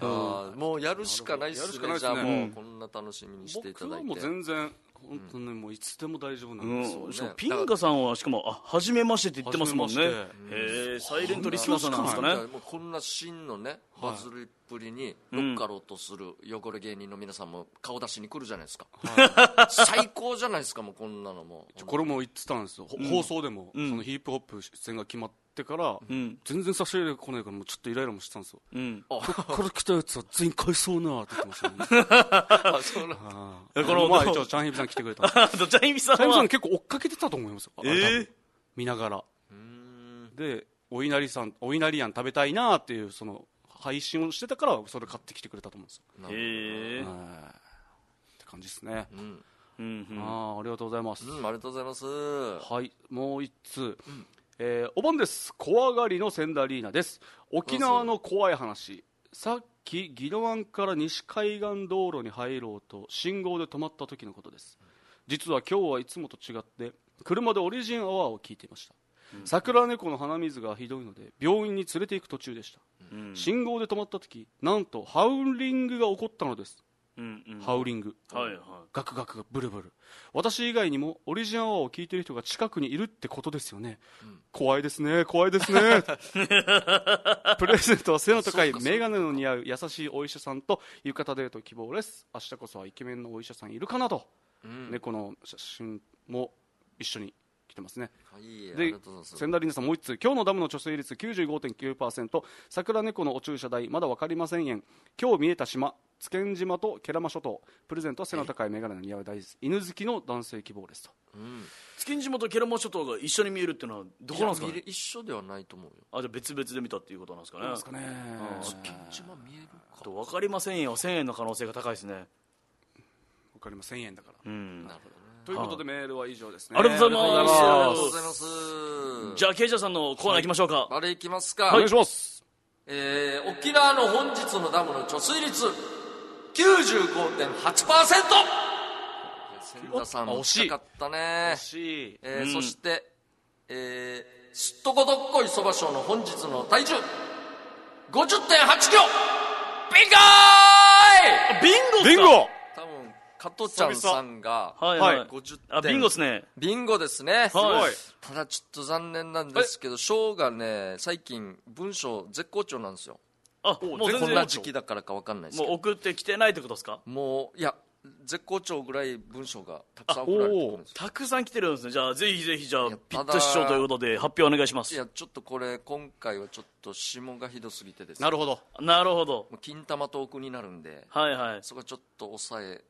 Speaker 3: あーもうやるしかないっ
Speaker 1: やる
Speaker 3: す
Speaker 1: し
Speaker 3: ね
Speaker 1: かないっ
Speaker 3: じ
Speaker 1: す
Speaker 3: ゃ
Speaker 1: ね
Speaker 3: あもううんこんな楽しみにしていた
Speaker 1: 僕
Speaker 3: だ
Speaker 1: はいもう
Speaker 3: て
Speaker 1: 全然本当にもういつでも大丈夫な
Speaker 2: うん
Speaker 1: ですよ、
Speaker 2: んしかもピンガさんはしかも「あ初めまして」って言ってますもんね
Speaker 1: 初め
Speaker 2: へ
Speaker 1: ま
Speaker 2: えサイレントリスナーさんなんですかね
Speaker 3: もうこんな芯のねバズりっぷりに乗っかろうとする汚れ芸人の皆さんも顔出しに来るじゃないですか、最高じゃないですかもうこんなのも
Speaker 2: *laughs*
Speaker 1: これも言ってたんですよ、ほ放送でも、そのヒップホップ出演が決まってから、
Speaker 2: ん
Speaker 1: 全然差し入れが来ないからもうちょっとイライラもしてたんですよ
Speaker 2: うん
Speaker 1: こっから来たやつは全員返そうなーって言ってましたねあー
Speaker 2: この *laughs*
Speaker 1: まあ一応チャンヒビさん来てくれたんです
Speaker 2: あ *laughs* とジャイミさ
Speaker 1: チャンヒ
Speaker 2: ん
Speaker 1: ビさ
Speaker 2: は
Speaker 1: ん結構追っかけてたと思いますよ、
Speaker 2: えー
Speaker 1: 見ながらでお稲荷さんお稲荷やん食べたいなーっていうその配信をしてたからそれ買ってきてくれたと思うんですよ、
Speaker 2: へえ
Speaker 1: はいって感じですね、
Speaker 2: うんうん
Speaker 1: あーありがとうございます、
Speaker 3: うんありがとうございます
Speaker 1: はい、もう一通、えーお盆です、怖がりのセンダリーナです、沖縄の怖い話、さっき、宜野湾から西海岸道路に入ろうと、信号で止まった時のことです、実は今日はいつもと違って、車でオリジンアワーを聞いていました。桜猫の鼻水がひどいので病院に連れて行く途中でした、
Speaker 2: うん
Speaker 1: 信号で止まった時なんとハウリングが起こったのです、
Speaker 2: うんうん
Speaker 1: ハウリング、
Speaker 2: はいは
Speaker 1: ガクガクブルブル私以外にもオリジナルアワーを聞いてる人が近くにいるってことですよね、怖いですね怖いですねプレゼントは背の高いメガネの似合う優しいお医者さんと浴衣デート希望です明日こそはイケメンのお医者さんいるかなと、猫の写真も一緒に来てますね
Speaker 3: はいあり
Speaker 1: で
Speaker 3: がとうございます
Speaker 1: 千田リナさんもう一通今日のダムの貯水率95.9%桜猫のお注射代まだ分かりません円今日見えた島津堅島と慶良間諸島プレゼントは背の高い眼鏡の似合う大豆犬好きの男性希望ですと
Speaker 2: 月島とケラマ諸島が一緒に見えるっていうのはどこなんですか
Speaker 3: いや見
Speaker 2: ね
Speaker 3: れ一緒ではないと思うよ
Speaker 2: あじゃあ別々で見たっていうことなんですかね
Speaker 1: ですかね
Speaker 3: 一番見えるか
Speaker 2: ちょっと分かりませんよ1000円の可能性が高いですね
Speaker 1: 分かりません円だから、
Speaker 2: うん
Speaker 1: ということでメールは以上ですね
Speaker 2: ありがとうございま
Speaker 1: ありがとう
Speaker 2: す
Speaker 1: ござい
Speaker 3: ありがとうございます
Speaker 2: じゃあケイジャーさんのコーナー行きましょうか、
Speaker 3: あれ行きますか、
Speaker 1: お願いします
Speaker 3: えー沖縄の本日のダムの貯水率95.8%千田さん
Speaker 1: あ惜しい
Speaker 3: 近かったね
Speaker 1: し
Speaker 3: えーそして、えー、すっとこどっこいそば賞の本日の体重50.8キロビンガーイ
Speaker 2: ビ
Speaker 1: ビン
Speaker 2: ンゴっすか
Speaker 1: ゴ
Speaker 3: 多分加トちゃんさんが
Speaker 2: はいはい、
Speaker 1: はい
Speaker 3: 50点
Speaker 2: あビンゴっすね
Speaker 3: ビンゴですね、
Speaker 2: はいす
Speaker 3: ただちょっと残念なんですけど賞がね最近文章絶好調なんですよ
Speaker 2: あもう全
Speaker 3: こん
Speaker 2: 然
Speaker 3: な時期だからか分かんないですけ
Speaker 2: もう
Speaker 3: ど
Speaker 2: 送ってきてないってことですか
Speaker 3: もういや絶好調ぐらい文章がたくさん送られてくるんですよ
Speaker 2: たくさん来てるんですねじゃあぜひぜひじゃあ
Speaker 3: いや
Speaker 2: ピ
Speaker 3: た
Speaker 2: ッ
Speaker 3: だ
Speaker 2: ト師匠ということで発表お願いしま
Speaker 3: い
Speaker 2: す
Speaker 3: やちょっとこれ今回はちょっと霜がひどすぎてですね
Speaker 1: なるほど
Speaker 2: なるほど
Speaker 3: もう金玉トークになるんで
Speaker 2: はいはい
Speaker 3: そこはちょっと抑え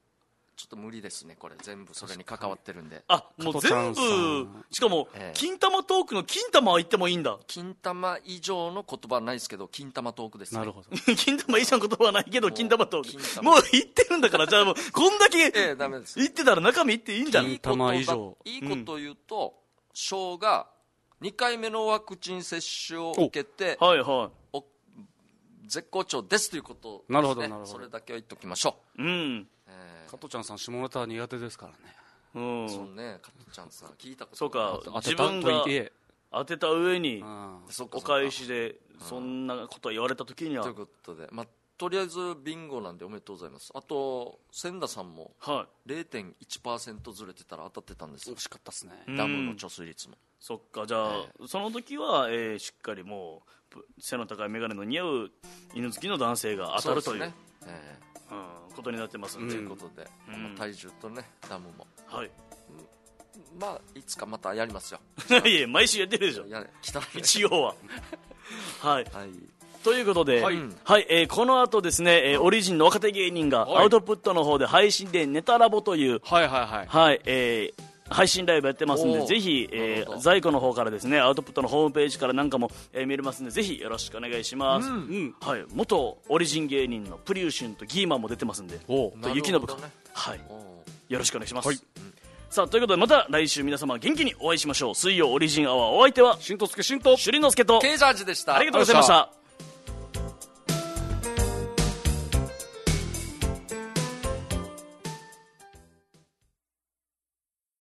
Speaker 3: ちょっと無理ですねこれ全部それに関わってるんで
Speaker 2: あもう
Speaker 1: 加トちゃ
Speaker 2: 全
Speaker 1: ん
Speaker 2: 部
Speaker 1: さん
Speaker 2: しかも、
Speaker 3: ええ
Speaker 2: 金玉トークの金玉は言ってもいいんだ
Speaker 3: 金玉以上の言葉はないですけど金玉トークですね
Speaker 1: なるほど
Speaker 2: *laughs* 金玉以上のことはないけど
Speaker 3: う
Speaker 2: 金玉ト
Speaker 3: 金
Speaker 2: ーク
Speaker 3: 玉
Speaker 2: もう言ってるんだからじゃあ
Speaker 3: *laughs*
Speaker 2: もうこんだけ
Speaker 3: ええダメです
Speaker 2: 言ってたら中身言っていいんじゃな
Speaker 1: 金
Speaker 2: い
Speaker 3: いことだ
Speaker 1: 玉以上
Speaker 3: いいこと言うと賞、が2回目のワクチン接種を受けて
Speaker 2: はいは
Speaker 3: 絶好調ですということです、ね、
Speaker 1: なるほどなるほど
Speaker 3: それだけは言っときましょ
Speaker 2: い。うん。
Speaker 3: う、え
Speaker 1: 加トちゃんさん下ネタ苦手ですからね
Speaker 2: うん
Speaker 3: え。そうね加トちゃんさん聞いたこと
Speaker 2: そうか
Speaker 1: 当て
Speaker 2: 自
Speaker 1: た
Speaker 2: 分が
Speaker 1: といえ
Speaker 2: 当てた上に
Speaker 1: うん
Speaker 3: そうか
Speaker 2: お
Speaker 3: そうか
Speaker 2: 返しでそんなこと言われた時に
Speaker 3: と
Speaker 2: は
Speaker 3: いうことで、まあ、とりあえずビンゴなんでおめでとうございますあと千田さんも
Speaker 2: はい
Speaker 3: 0.1%ずれてたら当たってたんですよ
Speaker 1: 惜しかったですね
Speaker 3: ダムの貯水率も
Speaker 2: そっかじゃあ、その時は、えーしっかりもうぷ背の高い眼鏡の似合う犬好きの男性が当たるという
Speaker 3: そうですねええ
Speaker 2: うん、ことになってますんで、
Speaker 3: ということで、
Speaker 2: ん
Speaker 3: まあ体重とねダムも
Speaker 2: はい *laughs*
Speaker 3: まあいつかまたやりますよ
Speaker 2: いや毎週やってるでしょ
Speaker 3: やれ来たらね
Speaker 2: 一応ははい
Speaker 3: はい
Speaker 2: ということで、はいえーこの後ですね、えーオリジンの若手芸人がアウトプットの方で配信で「ネタラボ」という、
Speaker 1: はいはいはい
Speaker 2: はいえー配信ライブやってますん
Speaker 3: お
Speaker 2: で
Speaker 3: ー
Speaker 2: ぜひ、え
Speaker 3: なるほ
Speaker 2: ー
Speaker 3: ど
Speaker 2: 在庫の方からですねアウトプットのホームページからなんかも、えー見れますんでぜひよろしくお願いします、
Speaker 1: うん
Speaker 2: はい、元オリジン芸人のプリウシュンとギーマンも出てますんで
Speaker 1: おう
Speaker 2: と雪信
Speaker 3: な
Speaker 2: か、
Speaker 3: るほどね
Speaker 2: はい、
Speaker 3: おう
Speaker 2: よろしくお願いします、さあということでまた来週皆様元気にお会いしましょう水曜オリジンアワーお相手は
Speaker 1: 新藤助新藤
Speaker 2: 朱里之助と
Speaker 3: ケイジャージでした
Speaker 2: ありがとうございました